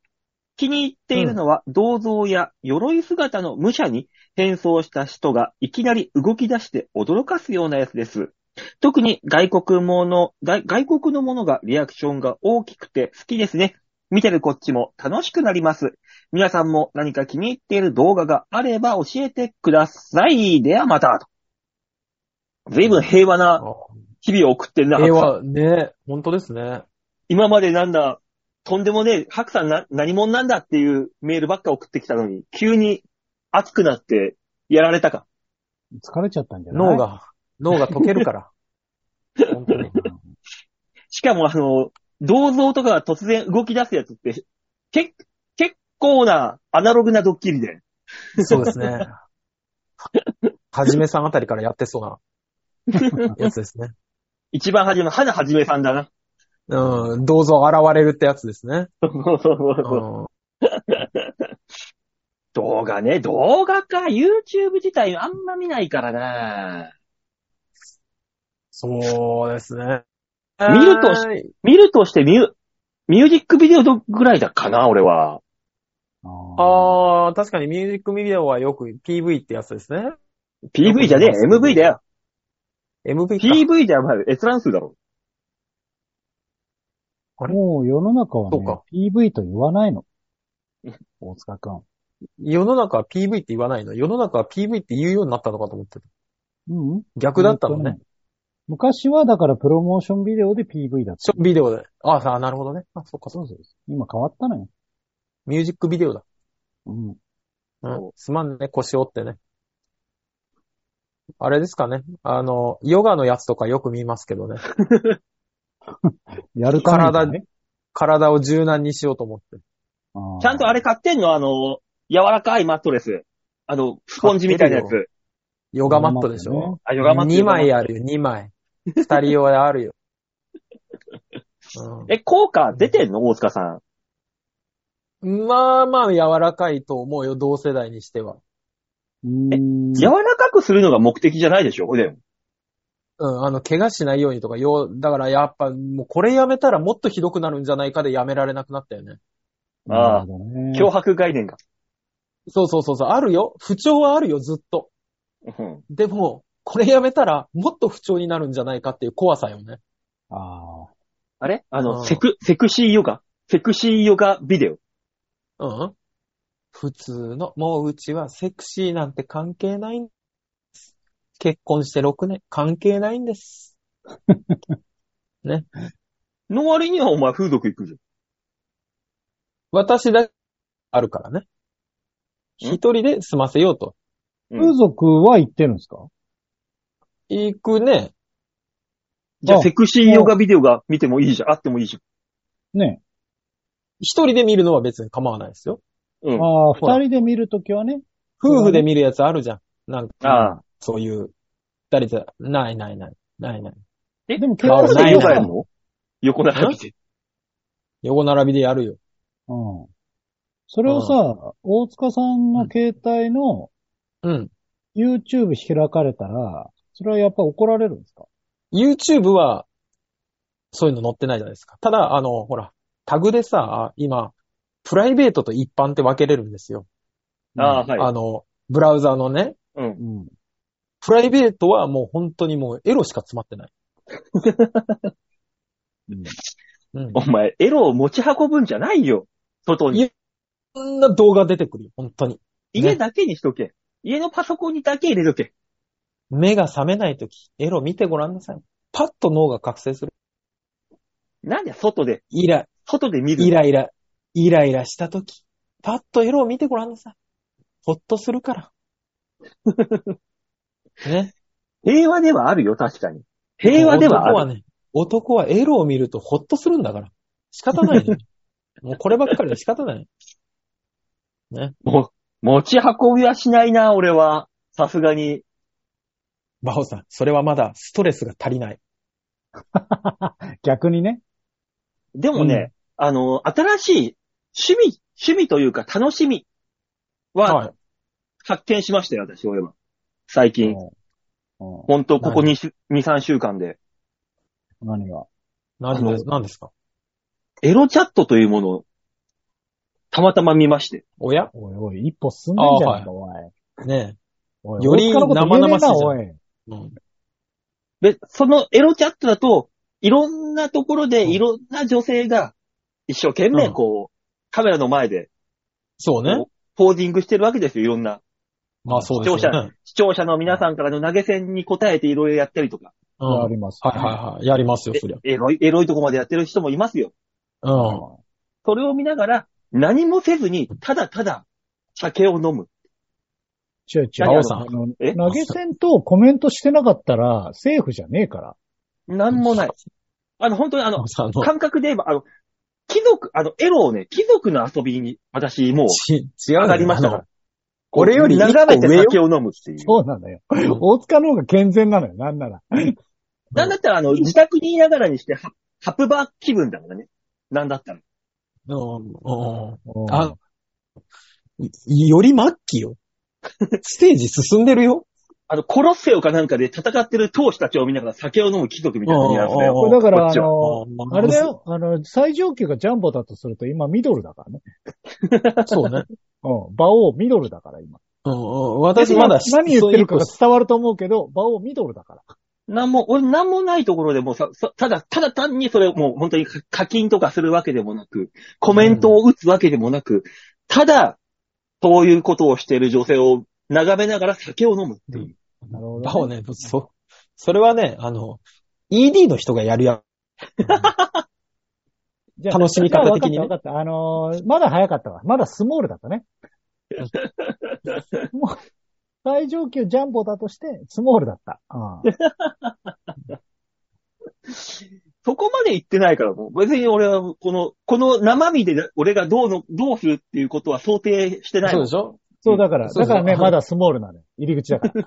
気に入っているのは、銅像や鎧姿の武者に変装した人がいきなり動き出して驚かすようなやつです。特に外国もの、外外国のものがリアクションが大きくて好きですね。見てるこっちも楽しくなります。皆さんも何か気に入っている動画があれば教えてください。ではまた。随分平和な日々を送ってんな。絵はね、本当ですね。今までなんだ、とんでもねえ、白さんな、何者なんだっていうメールばっか送ってきたのに、急に熱くなってやられたか。疲れちゃったんじゃない脳。が、脳が溶ける [laughs] から。本当 [laughs] に。しかもあの、銅像とかが突然動き出すやつって、け、結構なアナログなドッキリで。そうです [laughs] ね。はじめさんあたりからやってそうなやつですね。一番初めの花はじめさんだ [laughs] な。うん、銅像現れるってやつですね。うん、動画ね、動画か、YouTube 自体あんま見ないからな。そうですね。見るとし見るとしてミュ、ミュージックビデオどぐらいだかな、俺は。ああ。ああ、確かにミュージックビデオはよく PV ってやつですね。 PV じゃねえ、MV だよ。 MV か。 PV じゃ、まあ、閲覧数だろ。もう世の中は、ねそうか、 PV と言わな [laughs] いの。大塚くん。世の中は PV って言わないの。世の中は PV って言うようになったのかと思ってた。うん逆だったのえっねと。。昔はだからプロモーションビデオで PV だっシたョ。ービデオで。ああ、なるほどね。あ、そっか、そそううそうそう。今変わったのよ。ミュージックビデオだ。うん。うん。すまんね、腰折ってね。あれですかね。あの、ヨガのやつとかよく見ますけどね。やるために体ね。体を柔軟にしようと思って。ちゃんとあれ買ってんのあの、柔らかいマットレス。あの、スポンジみたいなや買つ。ヨガマットでしょ、あ、ヨガマット。 ?2 枚あるよ、2枚。二人用であるよ。え、効果出てんの大塚さん。うん、まあまあ柔らかいと思うよ、同世代にしては。うん。うん柔らかくするのが目的じゃないでしょでもうん、あの、怪我しないようにとか、よう、だからやっぱ、もうこれやめたらもっとひどくなるんじゃないかでやめられなくなったよね。ああなるほどね脅迫概念が。そうそうそうそう、あるよ。不調はあるよ、ずっと。うんでも、これやめたらもっと不調になるんじゃないかっていう怖さよね。ああ。あれあうの、んセク、セクシーヨガセクシーヨガビデオ。うん。普通の、もううちはセクシーなんて関係ないんです。結婚して6年、関係ないんです。の割にはお前風俗行くじ私だけあるからね。ん一人で済ませようと。ゃん。う風ん俗は行ってるんですか行くね。じゃああセクシーヨガビデオが見てもいいじゃん。あってもいいじね一人で見るのは別に構わないですよ。ゃん。うん。ああ、ほら二人で見るときはね。夫婦で見るやつあるじゃん。なんあか、あ。そういう、誰じゃ、ないないない、ないない。えでも結結構婚してヨガないやなんの横並びで。横並びでやるよ。うん。それをさ、大塚さんの携帯のうん。 YouTube 開かれたら、それはやっぱ怒られるんですか YouTube は、そういうの載ってないじゃないですか。ただ、あの、ほら、タグでさ、今、プライベートと一般って分けれるんですよ。ああ、はあの、ブラウザーのね、い。うん。うん。 [laughs] プライベートはもう本当にもうエロしか詰まって [laughs] ない。うんうん。お前、エロを持ち運ぶんじゃないよ。外に。こんな動画出てくるよ、本当に。家だけにしとけ。家のパソコンにだけ入れとけ。目が覚めないとき、エロ見てごらんなさい。パッと脳が覚醒する。なんで外で、イラ、外で見る。イライラ、イライラしたとき、パッとエロを見てごらんなさい。ほっとするから。 [laughs] ね。平和ではあるよ、確かに。平和ではあ男る。はね、男はエロを見るとほっとするんだから。仕方ない [laughs] ね。もうこればっかりで仕方ない。も持ち運びはしないな、俺は。さすがに。バオさん、それはまだストレスが足りない。逆にね。でもね、あの、新しい趣味、趣味というか楽しみははい。発見しましたよ、私、俺は。最近。うんうんほんと、ここ2、3週間で。何が何あでの何ですかエロチャットというものをたまたま見まして。おやおいおい、一歩進んでんじゃないか、おい。ねおいより大塚のこと言えね生えな々しいじゃんおい。え。うん。で、そのエロチャットだと、いろんなところでいろんな女性が一生懸命こう、カメラの前でそうね。ポージングしてるわけですよ、いろんな。まあそうですよね。視聴者の皆さんからの投げ銭に応えていろいろやったりとか、うん。あはいります、はいはい。やりますよ、そりゃ。エロい、エロいとこまでやってる人もいますよ。うん。それを見ながら、何もせずに、ただただ、酒を飲む。違う違う。馬王さんあのえ投げ銭とコメントしてなかったら、セーフじゃねえから。なんもない。あの、本当にあの、さあの、感覚で言えば、あの、貴族、あの、エロをね、貴族の遊びに、私、もう、ち違うよ。上がりましたかあらの。俺より一個眺めて上よ酒を飲むっていう。そうなのよ。ん大塚の方が健全なのよ、なんなら。なんだったら、あの、自宅にいながらにして、ハハプバー気分だからね。なんだったら。うん。うん。うんあ、より末期よ。 [laughs] ステージ進んでるよ。あの、コロッセオかなんかで戦ってる闘士たちを見ながら酒を飲む貴族みたいなニュアンスだおうおうおよ。うこれだから、こっあちはの、ああれだ。よ、あの、最上級がジャンボだとすると今ミドルだからね。そうね。うん。馬王ミドルだから今。うんうん、私まだ何言ってるかがそう伝わると思うけど、馬王ミドルだから。なんも、俺なんもないところでもうさ、さただ、ただ単にそれをもう本当に課課金とかするわけでもなく、コメントを打つわけでもなく、ただ、そういうことをしている女性を眺めながら酒を飲むっていう。なるいほうことど、をね、そう。それはね、あの、ED の人がやるやじゃあ楽しみ方的にねじゃあ分かった、分かった。あのーまだ早かったわ。まだスモールだっ [laughs] たね。もう最上級ジャンボだとして、スモールだった。うんそこまで言ってないからもう、別に俺はこの、この生身で俺がどうの、どうするっていうことは想定してん。ないそう。でしょそう、だから、そうだそうからね、あのまだスモールなのよ。入り口 [laughs] だから。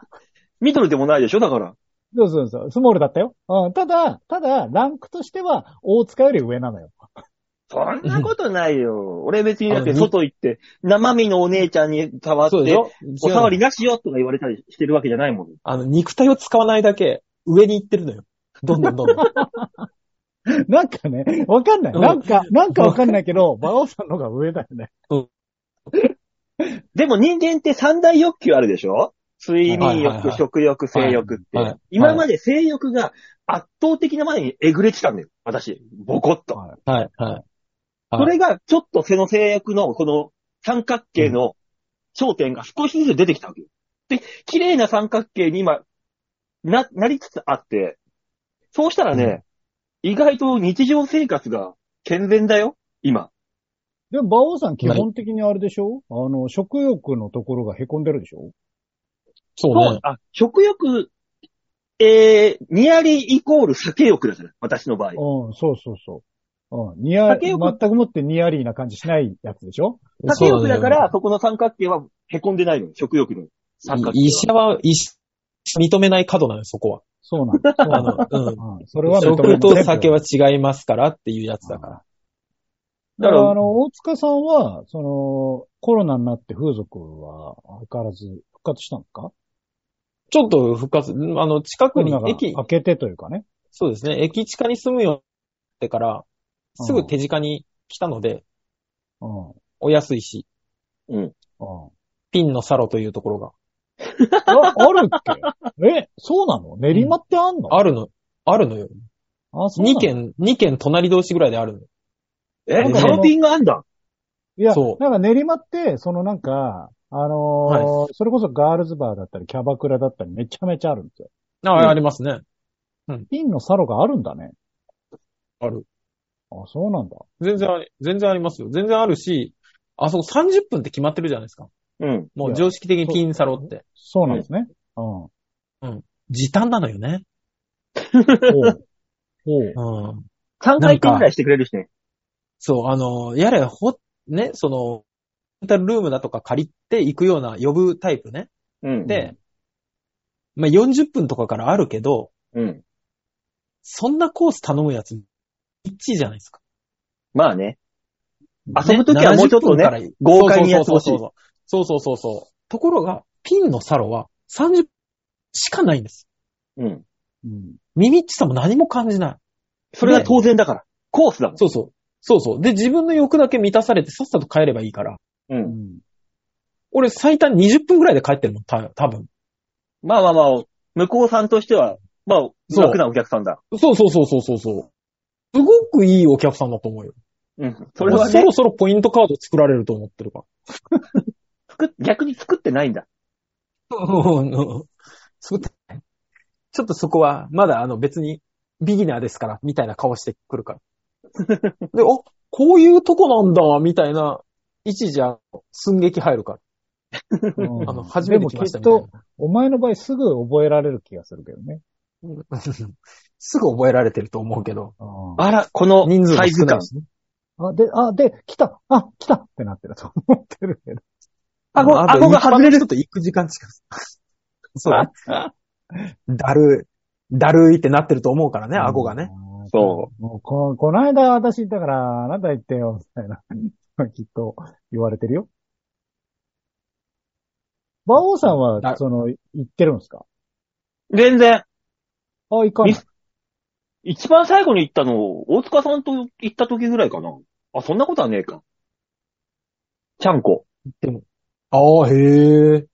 ミドルでもないでしょだから。そうそうそう、スモールだったよ。うん、ただ、ただ、ランクとしては、大塚より上なのよ。 [laughs] そんなことな [laughs] いよ。俺別にだっあての外行って、生身のお姉ちゃんに触っ、そうでしてょお触り違うのなしよとか言われたりしてるわけじゃないもん。あの、肉体を使わないだけ、上に行ってるのよ。どんどん [laughs] どんどん。なんかね、わかんない。うんなんか、なんかわかんないけど、馬王さんの方が上だよね。でも人間って三大欲求あるでしょ睡眠はいはいはい欲、はい食欲、性欲ってはいはい。今まで性欲が圧倒的なまでにえぐれてたんだよ。私、ボコッと。はいはい、はい。それが、ちょっと背の制約の、この三角形の焦点が少しずつ出てきたわけよ。で、綺麗な三角形に今、な、なりつつあって、そうしたらね、意外と日常生活が健全だよ今。でも、馬王さん基本的にあれでしょあの、食欲のところが凹んでるでしょそうね。あ、食欲、えー、ニアリイコール酒欲だから、私の場合。うん、そうそうそう。うん、ニア、酒全欲くもってニアリーな感じしないやつでしょそ酒う欲ねだから、そこの三角形は凹んでないのよ。食欲の三角形は。医者は、医者、認めない角なのよ、そこは。そうな [laughs] ん [laughs] だ。そうあなのんだ。、うん。うん、それは認め食ないと酒は違いますからっていうやつだから。だかだからら、あの、大塚さんは、その、コロナになって風俗は相変わらず復活したのかちょっと復活、うんあの、近コくロにナが駅、明けてというかね。そうですね、駅近に住むようになってから、すぐ手近に来たので、う [laughs] ん。うん。お安いし、あ、ピンのサロというところあるっけえ、そうなの練馬ってあんの、が、あるの、あるのよ。あ、そうなの2。軒、二軒隣同士ぐらいであるの。えなん、かサロピンがあんだ。いや、そうなんか練馬って、そのなんか、あのーそれこそガールズバーだったり、キャバクラだったり、めちゃめちゃあるんですよ。あ、うんありますね。ピンのサロがあるんだね。ある。あ、そうなんだ。全然あり、全然ありますよ。全然あるし、あそこ30分って決まってるじゃないですか。うん。もう常識的にピンサロって。そうなんですね。うん。おう。時短なのよね。おう。うん。 3回転ぐらいしてくれるしね。そう、あの、やれ、ほ、ね、その、レンタルルームだとか借りて行くような呼ぶタイプね。うん。で、まあ、40分とかからあるけど、うん。そんなコース頼むやつ、一致じゃないですか。まあね。遊ぶときはもうちょっとね、豪快にやってほしいそうそうそうそうそうそうそうそう。ところが、ピンのサロは30分しかないんです。うん。うん。ミミッチさんも何も感じない。それが当然だから。コースだもん。そうそう。そうそう。で、自分の欲だけ満たされてさっさと帰ればいいから。う。うんん。俺最短20分ぐらいで帰ってるもん、た多分まあまあまあ、向こうさんとしては、まあ、そう楽なお客さんだ。そうそうそうそうそうそう。すごくいいお客さんだと思うよ。うん。それは俺そねろ、そろポイントカード作られると思ってるから。作っ逆に作ってないんだ。そうだねちょっとそこは、まだあの別に、ビギナーですから、みたいな顔してくる [laughs] から。で、あ、こういうとこなんだ、みたいな、一時、あの寸劇入るかうんら。あの、初めて来ましたみたでいもきっと、お前の場合すぐ覚えられる気がするけどね。な。 [laughs] すぐ覚えられてると思うけど、ああら、この人数サがイズ少な感い。しね。あ、で、あ、で、来たあ、来たってなってると思ってるけど。顎うん顎が外れ一る般の人と行く時間違う。 [laughs] そう。だるい、だるいってなってると思うからね、顎がね。あー。そもうこ、この間私、だから、あなた言ってよ、みたいな、 [laughs] きっと言われてるよ。馬王さんは、だその、言ってるんですかう。全然。あ、行かないミ。一番最後に行ったの、大塚さんと行った時ぐらいかな。あ、そんなことはねえか。ちゃんこ。ああ、へえ。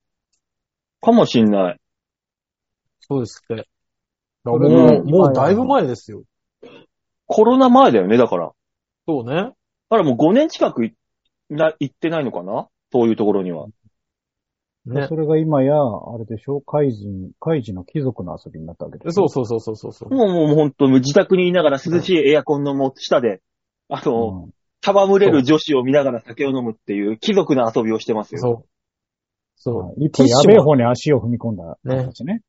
かもしんない。そうですって。も、そうれももうだいぶ前ですよ。コロナ前だよね、だから。そうね。あらもう5年近くいな行ってないのかなそういうところには。ね。それが今や、あれでしょカイジ、カイジの貴族の遊びになったわけでしそょうそうそうそうそうそう。もうもう本当、自宅にいながら涼しいエアコンのも下で、あの、ん戯れる女子を見ながら酒を飲むっていう貴族の遊びをしてますよ。そう。はそう。い、一テ歩ィッシやュべえも、方に足を踏み込んだ形ね。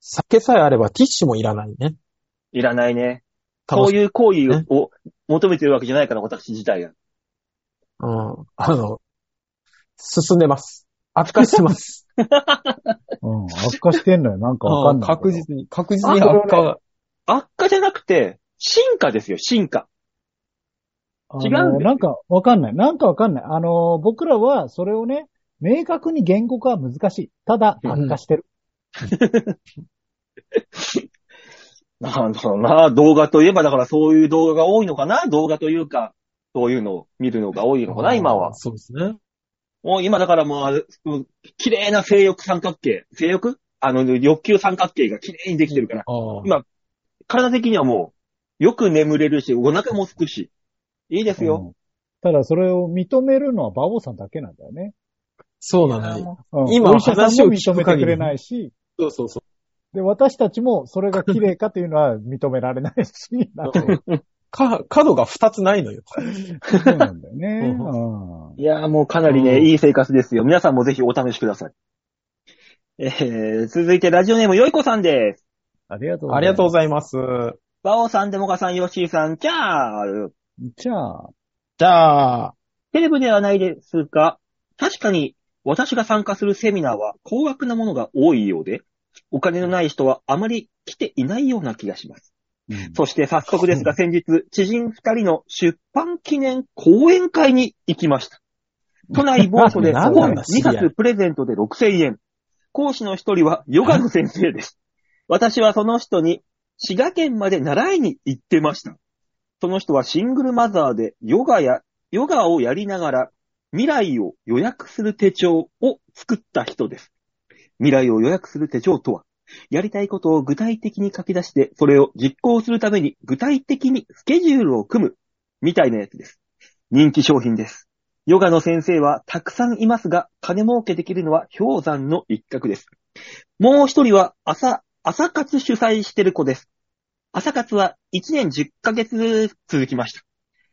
酒さえあればティッシュもいらないね。いらないね。楽そしういう行為を求めてるわけじゃないから、私自体が。うん。あの、進んでます。悪化して [laughs] ます。うん。悪化してんのよ。なんかわかんないけど。確実に、確実に悪化は。悪化じゃなくて、進化ですよ、進化。あ違のうんですよなんかわかんない。なんかわかんない。あのー、僕らはそれをね、明確に言語化は難しい。ただ、うん悪化してる。なんだろうな、動画といえば、だからそういう動画が多いのかな動画というか、そういうのを見るのが多いのかな、今は。そうですね。もう今だからもうあれ、もう綺麗な性欲三角形。性欲あの、欲求三角形が綺麗にできてるから。ああ。今体的にはもう、よく眠れるし、お腹もすくし。いいですよ。うんただ、それを認めるのは馬王さんだけなんだよね。そうなのよ。うん今お医者さんも話を認聞く限りめてくれないし、そうそうそで、私たちもそれが綺麗かというのは認めら [laughs] れないし、なんかう。か、角が二つないのよ。 [laughs] そうなんだよね。ううんいやーもうかなりね、うんいい生活ですよ。皆さんもぜひお試しください。えー、続いてラジオネームよいこさんです。ありがとうありがとうごうざいます。バオさん、デモカさん、ヨッシーさん、チャーじゃあ、じゃあ、テレビではないですが、確かに私が参加するセミナーは高額なものが多いようで、お金のない人はあまり来ていないような気がします。うんそして早速 [laughs] ですが、先日、知人二人の出版記念講演会に行きました。都内某所でなんなんだ2知り合い冊プレゼントで6000円。講師の一人はヨガの先生です。私はその人に滋賀県まで習いに行ってました。その人はシングルマザーでヨガや、ヨガをやりながら未来を予約する手帳を作った人です。未来を予約する手帳とは、やりたいことを具体的に書き出して、それを実行するために具体的にスケジュールを組む、みたいなやつです。人気商品です。ヨガの先生はたくさんいますが、金儲けできるのは氷山の一角です。もう一人は朝、朝活主催してる子です。朝活は1年10ヶ月続きました。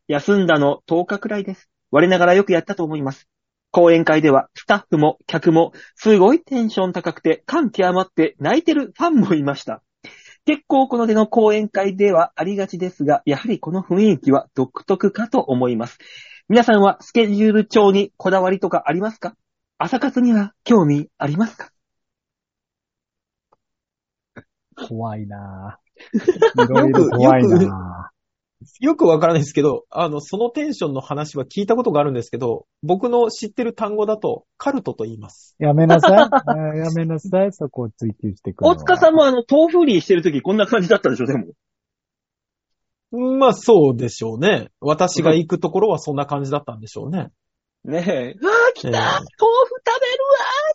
休んだの10日くらいです。我ながらよくやったと思います。講演会ではスタッフも客もすごいテンション高くて感極まって泣いてるファンもいました。結構この手の講演会ではありがちですが、やはりこの雰囲気は独特かと思います。皆さんはスケジュール帳にこだわりとかありますか朝活には興味ありますか怖い [laughs] なぁ。いろいろ怖いよくなよくわからないですけど、あの、そのテンションの話は聞いたことがあるんですけど、僕の知ってる単語だと、カルトと言います。ぁ。やめなさい。 [laughs] あーやめなさい。そこを追求してくるの大は。塚さんもあの、豆腐リーしてる時こんな感じだったでしょ、でも。まあそうでしょうね。私が行くところはそんな感じだったんでしょうね。ねえ、うわー来た、ええ豆腐食べるわーっ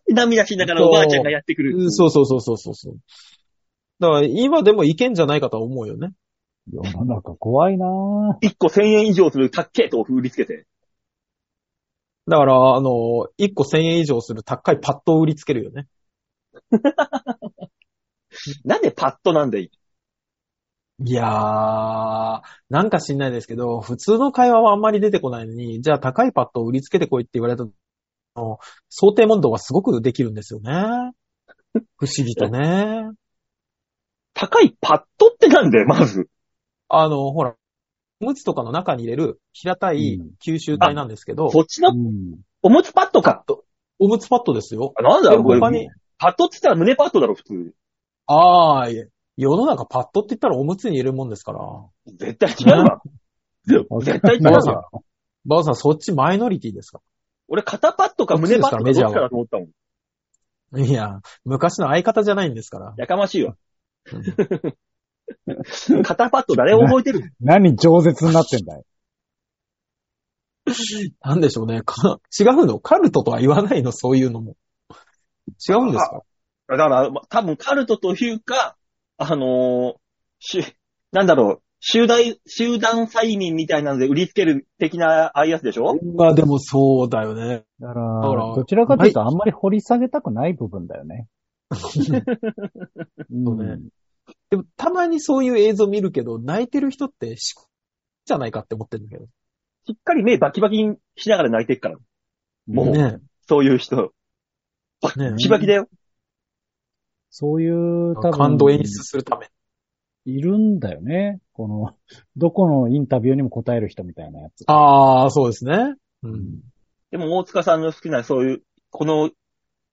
て涙しながらおばあちゃんがやってくる。そうそうそうそうそうそう。だから今でも行けんじゃないかとは思うよね。世の中怖いなぁ。 1個1000円以上するたっけえ豆腐売りつけて。だから、あの、1個1000円以上する高いパッドを売りつけるよね。なんでパッとなんでいいいやー、なんか知んないですけど、普通の会話はあんまり出てこないのに、じゃあ高いパッドを売りつけてこいって言われたの、想定問答はすごくできるんですよね。不思議とね。高いパッとってなんだよ、まず。あの、ほら、おむつとかの中に入れる平たい吸収体なんですけど、そっちのうん。おむつパッとか。おむつパッドですよ。あなんだでろう、もこれ。他に、パッとって言ったら胸パッとだろ、普通。ああ、いえ世の中パッドって言ったらおむつに入れるもんですから。絶対違 [laughs] うわ。絶対違う [laughs] バオさんわ。、バオさん、そっちマイノリティですか俺、肩パッとか胸パッとかどっちかだと思ったもん。いや、昔の相方じゃないんですから。やかましいわ。肩パッと誰を覚えてる何饒舌になってんだよ。なんでしょうね。 [laughs] か違うのカルトとは言わないのそういうのも。違うんですかだから、ま多分カルトというか、あのーし、なんだろう、集団、集団催眠みたいなので売りつける的な、ああいうやつでしょまあでもそうだよね。だから、らどちらかというとあんまり掘り下げたくない部分だよね。 [laughs] うんねでもたまにそういう映像見るけど、泣いてる人ってしじゃないかって思ってるんだけど。しっかり目バキバキにしながら泣いてっから。もう、ねそういう人。バねキバキだよ。そういう、多分感動演出するため。いるんだよね。この、どこのインタビューにも答える人みたいなやつ。ああ、そうですね。うん。でも大塚さんの好きな、そういう、この、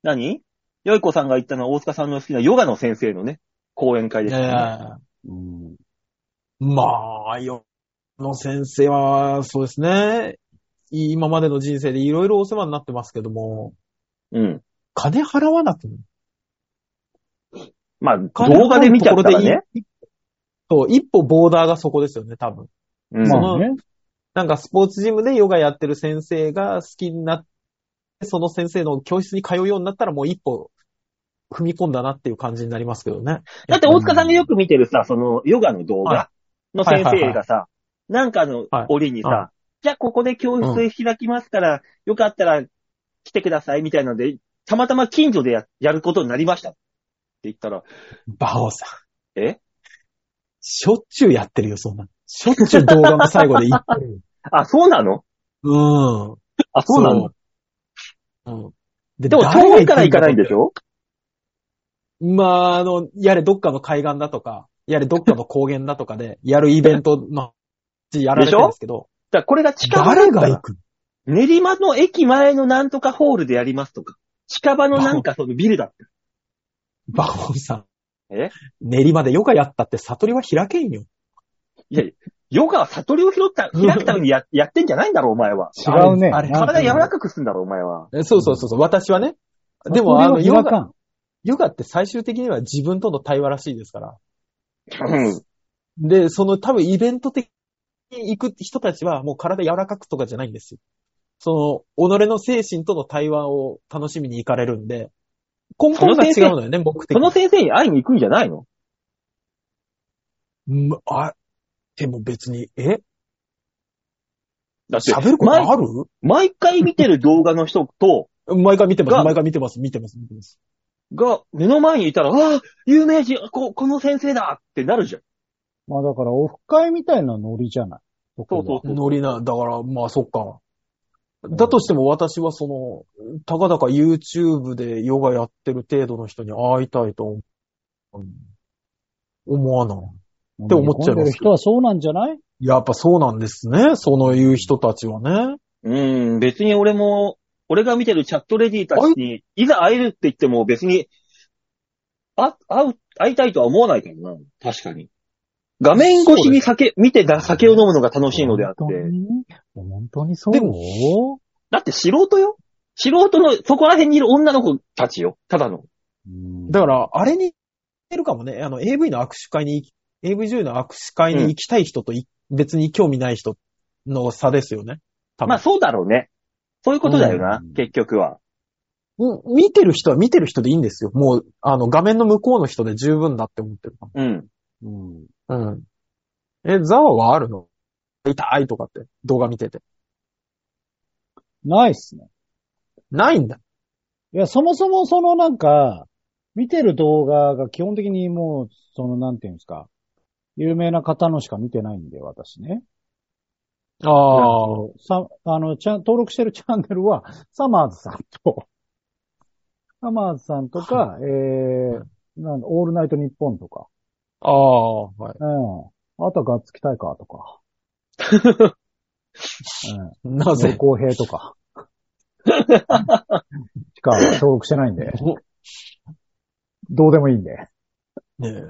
何よいこさんが言ったのは大塚さんの好きなヨガの先生のね、講演会いでやした、いね。やうん。まあ、よ、の先生は、そうですね。い今までの人生でいろいろお世話になってますけども、うん。金払わなくてもまあ、動画で見ちゃったらね。そう、一歩ボーダーがそこですよね、多分。うんまあまあね。なんかスポーツジムでヨガやってる先生が好きになって、その先生の教室に通うようになったらもう一歩踏み込んだなっていう感じになりますけどね。だって大塚さんがよく見てるさ、そのヨガの動画はの先生がさ、なんかの折にはさ、じゃあここで教室開きますから、よかったら来てくださいみたいなので、たまたま近所でややることになりました。って言ったら、バオさん。えしょっちゅうやってるよ、そんなの。しょっちゅう動画の最後で [laughs] 言ってるよ。あ、そうなのうん。あ、そうなのそう。うん。でも誰遠がいから行かないんでしょまあ、あの、やれどっかの海岸だとか、やれどっかの高原だとかで、やるイベントの、やられてるんですけど、だからこれが近場だ誰ったが行ら、く練馬の駅前のなんとかホールでやりますとか、近場のなんかそのビルだって。バオさん。え練馬でヨガやったって悟りは開けんよ。いやいや、ヨガは悟りを拾った、開くためにややってんじゃないんだろ、お前は。違うねあれ、なんか体柔らかくすんだろ、お前は。えそうそうそうそう、私はね。でも、あの、それヨは違ガ、和感。ヨガって最終的には自分との対話らしいですから。うん。で、その多分イベント的に行く人たちはもう体柔らかくとかじゃないんですよ。その、己の精神との対話を楽しみに行かれるんで、根本が違うのよね、目的そ。の先生に会いに行くんじゃないのうんあ、でも別に、えだって、喋ること毎ある毎回見てる動画の人と、毎回見てます、が毎回見てます、見てます、見てます。が、目の前にいたら、ああ、有名人、こ、この先生だってなるじゃん。まあだから、オフ会みたいなノリじゃない。そこそはうそうそう。ノリな、だから、まあそっか。だとしても私はその、たかだか YouTube でヨガやってる程度の人に会いたいと思う思わない。って思っちゃいます飲み込んでる人はそうなんじゃないやっぱそうなんですね。そのいう人たちはね。うーん、別に俺も、俺が見てるチャットレディーたちに、いざ会えるって言っても別に、あ、会う、会いたいとは思わないけどな。確かに。画面越しに酒、見てだ酒を飲むのが楽しいのであって本。当に本当にそうでだって素人よ素人の、そこら辺にいる女の子たちよ。ただの。うんだから、あれに、いるかもね。あの、AV の握手会に AV 女優の握手会に行きたい人とい、別に興味ない人の差ですよね。多分まあそうだろうね。そういうことだよなう、ん結局は。うん見てる人は見てる人でいいんですよ。もう、あの、画面の向こうの人で十分だって思ってるかうん。うん。ら。うん。え、ザワはあるの痛いとかって、動画見てて。ないっすね。ないんだ。いや、そもそもそのなんか、見てる動画が基本的にもう、そのなんていうんですか、有名な方のしか見てないんで、私ね。ああ。さ、あの、ちゃん、登録してる [laughs] チャンネルは、サマーズさんと、サマーズさんとか、えー、なんだオールナイトニッポンとか、ああ、はい。うん。あとはガッツキタイカーとか、なうん。ぜ公平 [laughs] とか。しか登録してないんで、どうでもいいんで。ねえ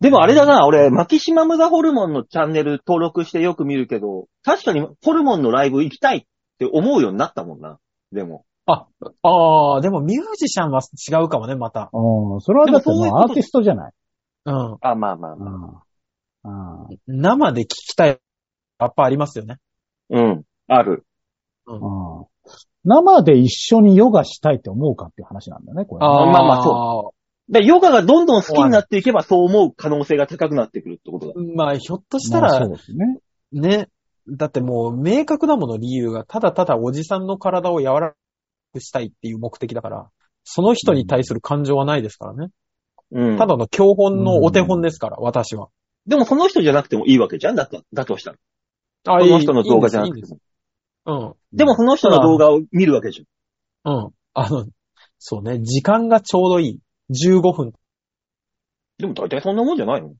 でもあれだな、俺、マキシマムザホルモンのチャンネル登録してよく見るけど、確かにホルモンのライブ行きたいって思うようになったもんな。でも。ああ、でもミュージシャンは違うかもね、また。うん。それはだってでももそういううことアーティストじゃない。うん。あ、まあまあうまあ。ん。うん。生で聞きたい、やっぱありますよね。うん。ある。うん生で一緒にヨガしたいって思うかっていう話なんだね、これね。ーまあまあそで、ヨガがどんどん好きになっていけば、そう思う可能性が高くなってくるってことだ。う。まあ、ひょっとしたまあそらう、ですね。ね、だってもう明確なもの理由が、ただただおじさんの体を柔らかくしたいっていう目的だから、その人に対する感情はないですからね。うん。ただの教本のお手本ですから、私は。でもその人じゃなくてもいいわけじゃんだと、だとしたら。あその人の動画じゃないくいんてですいいんも。ですでもその人の動画を見るわけじうん。うん。あの、そうね、時間がちょうどいい。15分。ゃん。でも大体そんなもんじゃないの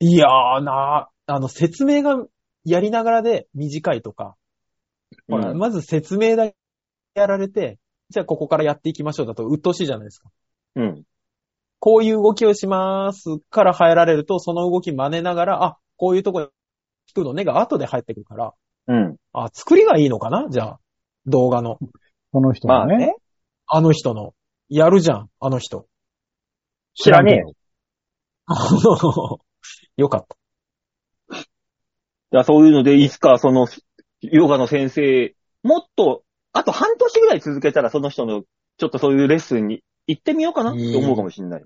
いやーなー、あの、説明がやりながらで短いとか、ほら、うんまず説明だけやられて、じゃあここからやっていきましょうだと鬱陶しいじゃないですか。うん。こういう動きをしますから入られると、その動き真似ながら、あ、こういうとこ聞くのねが後で入ってくるから、うん。あ、作りがいいのかなじゃあ、動画の。この人まはあね。ね。あの人の。やるじゃん、あの人。知らねえよ。あの [laughs] よかった。だからそういうので、いつかその、ヨガの先生、もっと、あと半年ぐらい続けたらその人の、ちょっとそういうレッスンに行ってみようかなって思うかもしれない。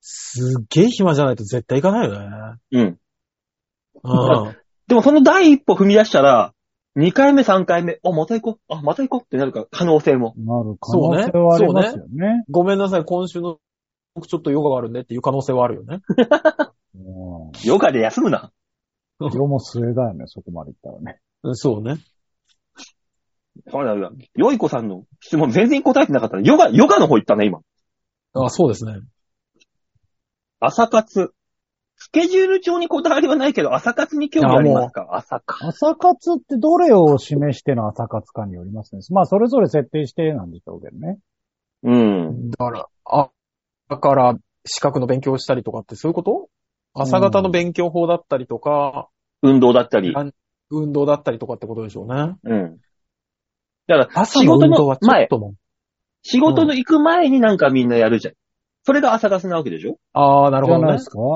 すっげえ暇じゃないと絶対行かないよね。うん。 [laughs] うん。でもその第一歩踏み出したら、2回目、3回目、あ、また行こう、あ、また行こうってなるから、可能性も。なる可能性はありますよね。ごめんなさい、今週の、僕ちょっとヨガがあるんでっていう可能性はあるよね。うんヨガで休むな。世も末だよね、そこまでいったらね。うんそうね。そうだよ。よいこさんの質問全然答えてなかったね。ヨガ、ヨガの方行ったね、今。あ、そうですね。朝活。スケジュール帳にこだわりはないけど、朝活に興味ありますか朝活。朝活ってどれを示しての朝活かによりますね。まあ、それぞれ設定してなんでしょうけどね。うん。だから、あ、だから、資格の勉強をしたりとかってそういうこと朝方の勉強法だったりとか、運動だったり。運動だったりとかってことでしょうね。うん。だから、朝仕の事運動のはちょっ前、とも。仕事の行く前になんかみんなやるじゃん。それが朝活なわけでしょああ、なるじゃほどないねで。すか。う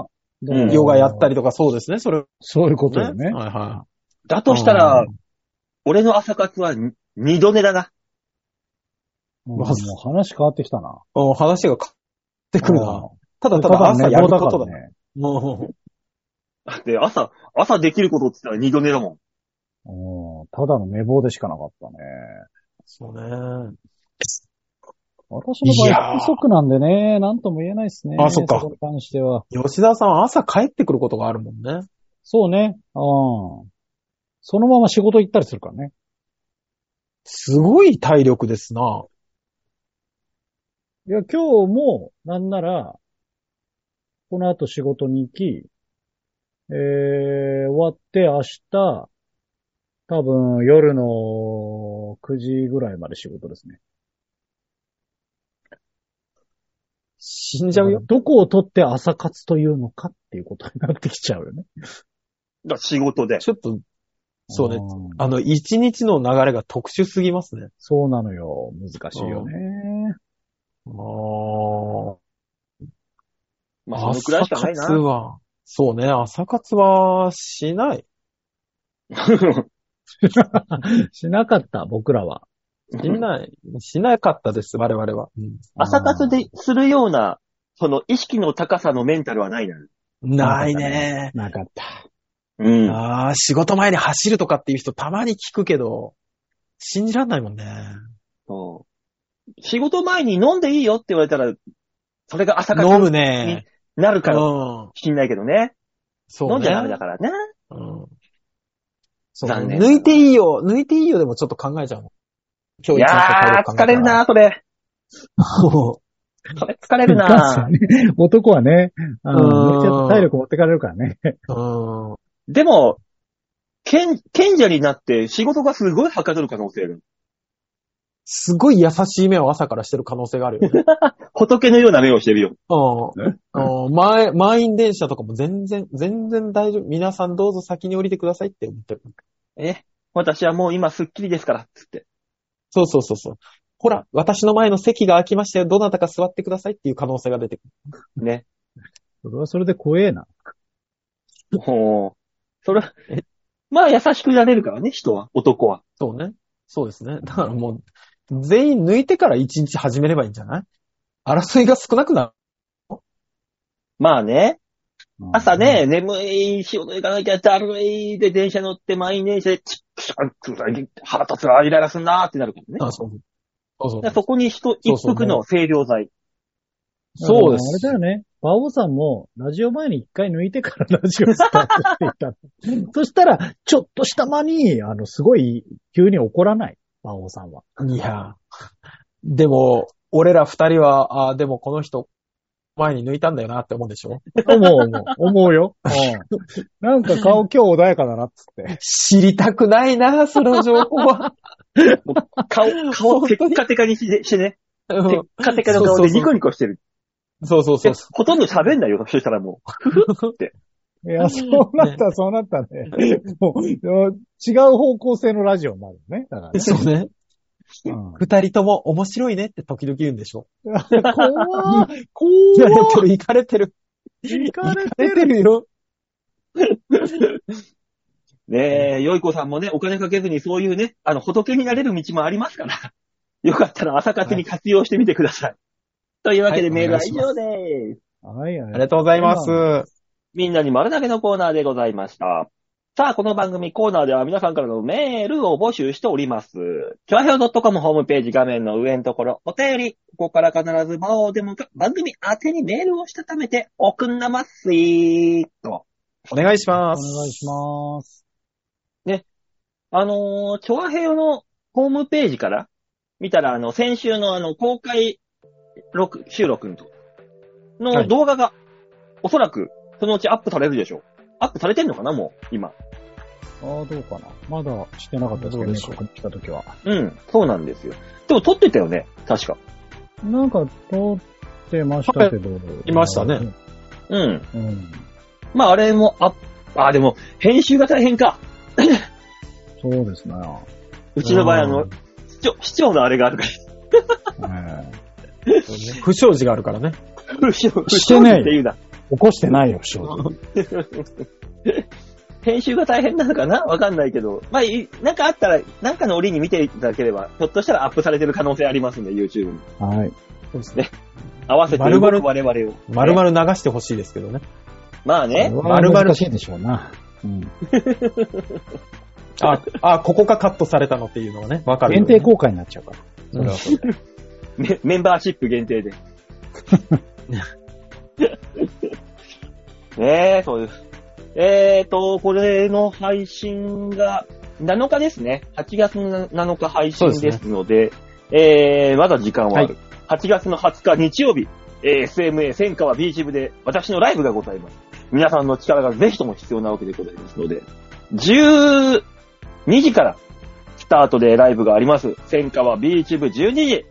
んヨガやったりり。とかそうですね、それ。ね。そういうことよね。はいはだい。としたらう、ん、俺の朝活はに二度寝だな。うんもう話変わってきたな。うん話が変わってくるな。ただうん。たただだ朝寝やる坊だこかとらだ。ね。もだって朝、朝できることって言ったら二度寝だもん。うんただの寝坊でしかなかったね。 [laughs] そうね。私の場いや合、ー不足なんでね、なんとも言えないですね。あそっかこに関しては。吉田さんは朝帰ってくることがあるもんね。そうね。うん。そのまま仕事行ったりするからね。すごい体力ですな。いや、今日も、なんなら、この後仕事に行き、えー、終わって明日、多分夜の9時ぐらいまで仕事ですね。死んじゃうよ。どこを取って朝活というのかっていうことになってきちゃうよね。だから仕事で。ちょっと、そうね。んあの、一日の流れが特殊すぎますね。そうなのよ。難しいよね。あーまあ、そのくらいしかない朝活な。は、そうね、朝活はしない。しなかった、僕らは。しない、しなかったです、我々は。うん [laughs] 朝活でするような、その意識の高さのメンタルはないな。ないね。なか [laughs] った。うん。ああ、仕事前に走るとかっていう人たまに聞くけど、信じらんないもんね。そう仕事前に飲んでいいよって言われたら、それが朝活飲むにね。なるうから、ん。しんないけどね。そうね。飲んじゃダメだからね。うん。そう残念抜いていいよ、抜いていいよでもちょっと考えちゃうもん。今い日や一日ー、疲れる。な、それ。そうそれ疲れるガなチ。ね男はね、あの、うーんちょっと体力持ってかれるからね。 [laughs] うん。でも、賢賢者になって仕事がすごいはかどる可能性がある。すごい優しい目を朝からしてる可能性があるよね。仏のような目をしてるよ。うん。うん前、満員電車とかも全然、全然大丈夫。皆さんどうぞ先に降りてくださいって思ってる。え、私はもう今スッキリですから、つって。そうそうそうそう。ほら、私の前の席が空きましたよ。どなたか座ってくださいっていう可能性が出てくる。ね。それはそれで怖えな。ほう。それ、まあ優しくなれるからね、人は、男は。そうね。そうですね。だからもう、全員抜いてから一日始めればいいんじゃない争いが少なくなる。まあね。うん朝。ね、眠い、仕事行かなきゃだるいで電車乗って満員電車で、チックシャンクシャン腹立つわ、イライラすんなーってなるからね。あそうそうそうだからそこに人一服の清涼剤。そうであす。れだよね。馬王さんも、ラジオ前に一回抜いてからラジオスタートしていたの。 [laughs] そしたら、ちょっとした間に、あの、すごい、急に怒らない。馬王さんは。いや、でも、俺ら二人は、あでもこの人、前に抜いたんだよなって思うでしょ思う、思う。思うよ。うんなんか顔今日穏やかだな、つって。知りたくないな、その情報は。顔、顔、本テ当にッカテカにしてしてね。うテッんカテカの顔そうそうでそうニコニコしてる。そうそうそうそほとんど喋んないよ、そしたらもう。[laughs] いや、そうなった、そうなったね。もう、違う方向性のラジオになるよね。だからう。ね。そうね。うん二人とも面白いねって時々言うんでしょ怖 [laughs] ーいか怖れてる、ーいかれてる。行かいかれてれる。てるよ。ねえ、よいこさんもね、お金かけずにそういうね、あの、仏になれる道もありますから。 [laughs] よかったら朝活に活用してみてください。というわけはでいメールはお願い以しま上です。はい、あありがとうございます。みんなに丸投げのコーナーでございました。さあ、この番組コーナーでは皆さんからのメールを募集しております。ちょわひょう .com ホームページ画面の上のところ、お便り、ここから必ず魔王でもか番組宛てにメールをしたためて、おくんなまっすいと。お願いしまおす。願いします。あのー、ちょわへよのホームページから見たら、あの、先週のあの、公開録収録のとはのい動画が、おそらく、そのうちアップされるでしょう。アップされてんのかなもう、今。ああ、どうかな。まだしてなかったでどすけどうでね、しょこうこに来た時は。うん、そうなんですよ。でも撮ってたよね、確か。なんか、通ってましたけど。いましたね。うん。うん。まあ、あれも、あ、あ、でも、編集が大変か。そうですね。うちの場合、あうのん、市長、市長のあれがあるから。ええ不祥事があるからね。不祥不してないっていうな。起こしてないよ、正直。編集が大変なのかなわかんないけど。まあ、いなんかあったら、なんかの折に見ていただければ、ひょっとしたらアップされてる可能性ありますんで、YouTube に。はい。そうですね。合わせて丸動く々我々を。丸々流してほしいですけどね。まあね。まる丸々難しいでしょうな。うん。あ、あ、ここがカットされたのっていうのはね、わかる、限定公開になっちゃうから。それはそうだよメメンバーシップ限定 [laughs] で。ねえ、そうです。えーと、これの配信が7日ですね。8月の7日配信ですので、えー、まだ時間はある。8月の20日日曜日、えー SMA 戦火は B チ部で私のライブがございます。皆さんの力がぜひとも必要なわけでございますので、12時からスタートでライブがあります。戦火は B チ部12時。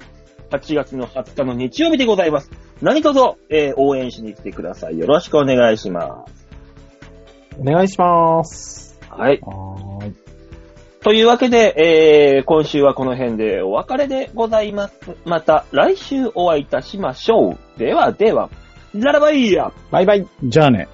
8月の20日の日曜日でございます。何卒、えー応援しに来てください。よろしくお願いします。お願いします。はい。はーい。というわけで、えー今週はこの辺でお別れでございます。また来週お会いいたしましょう。ではでは、ならばいいや。バイバイ。じゃあね。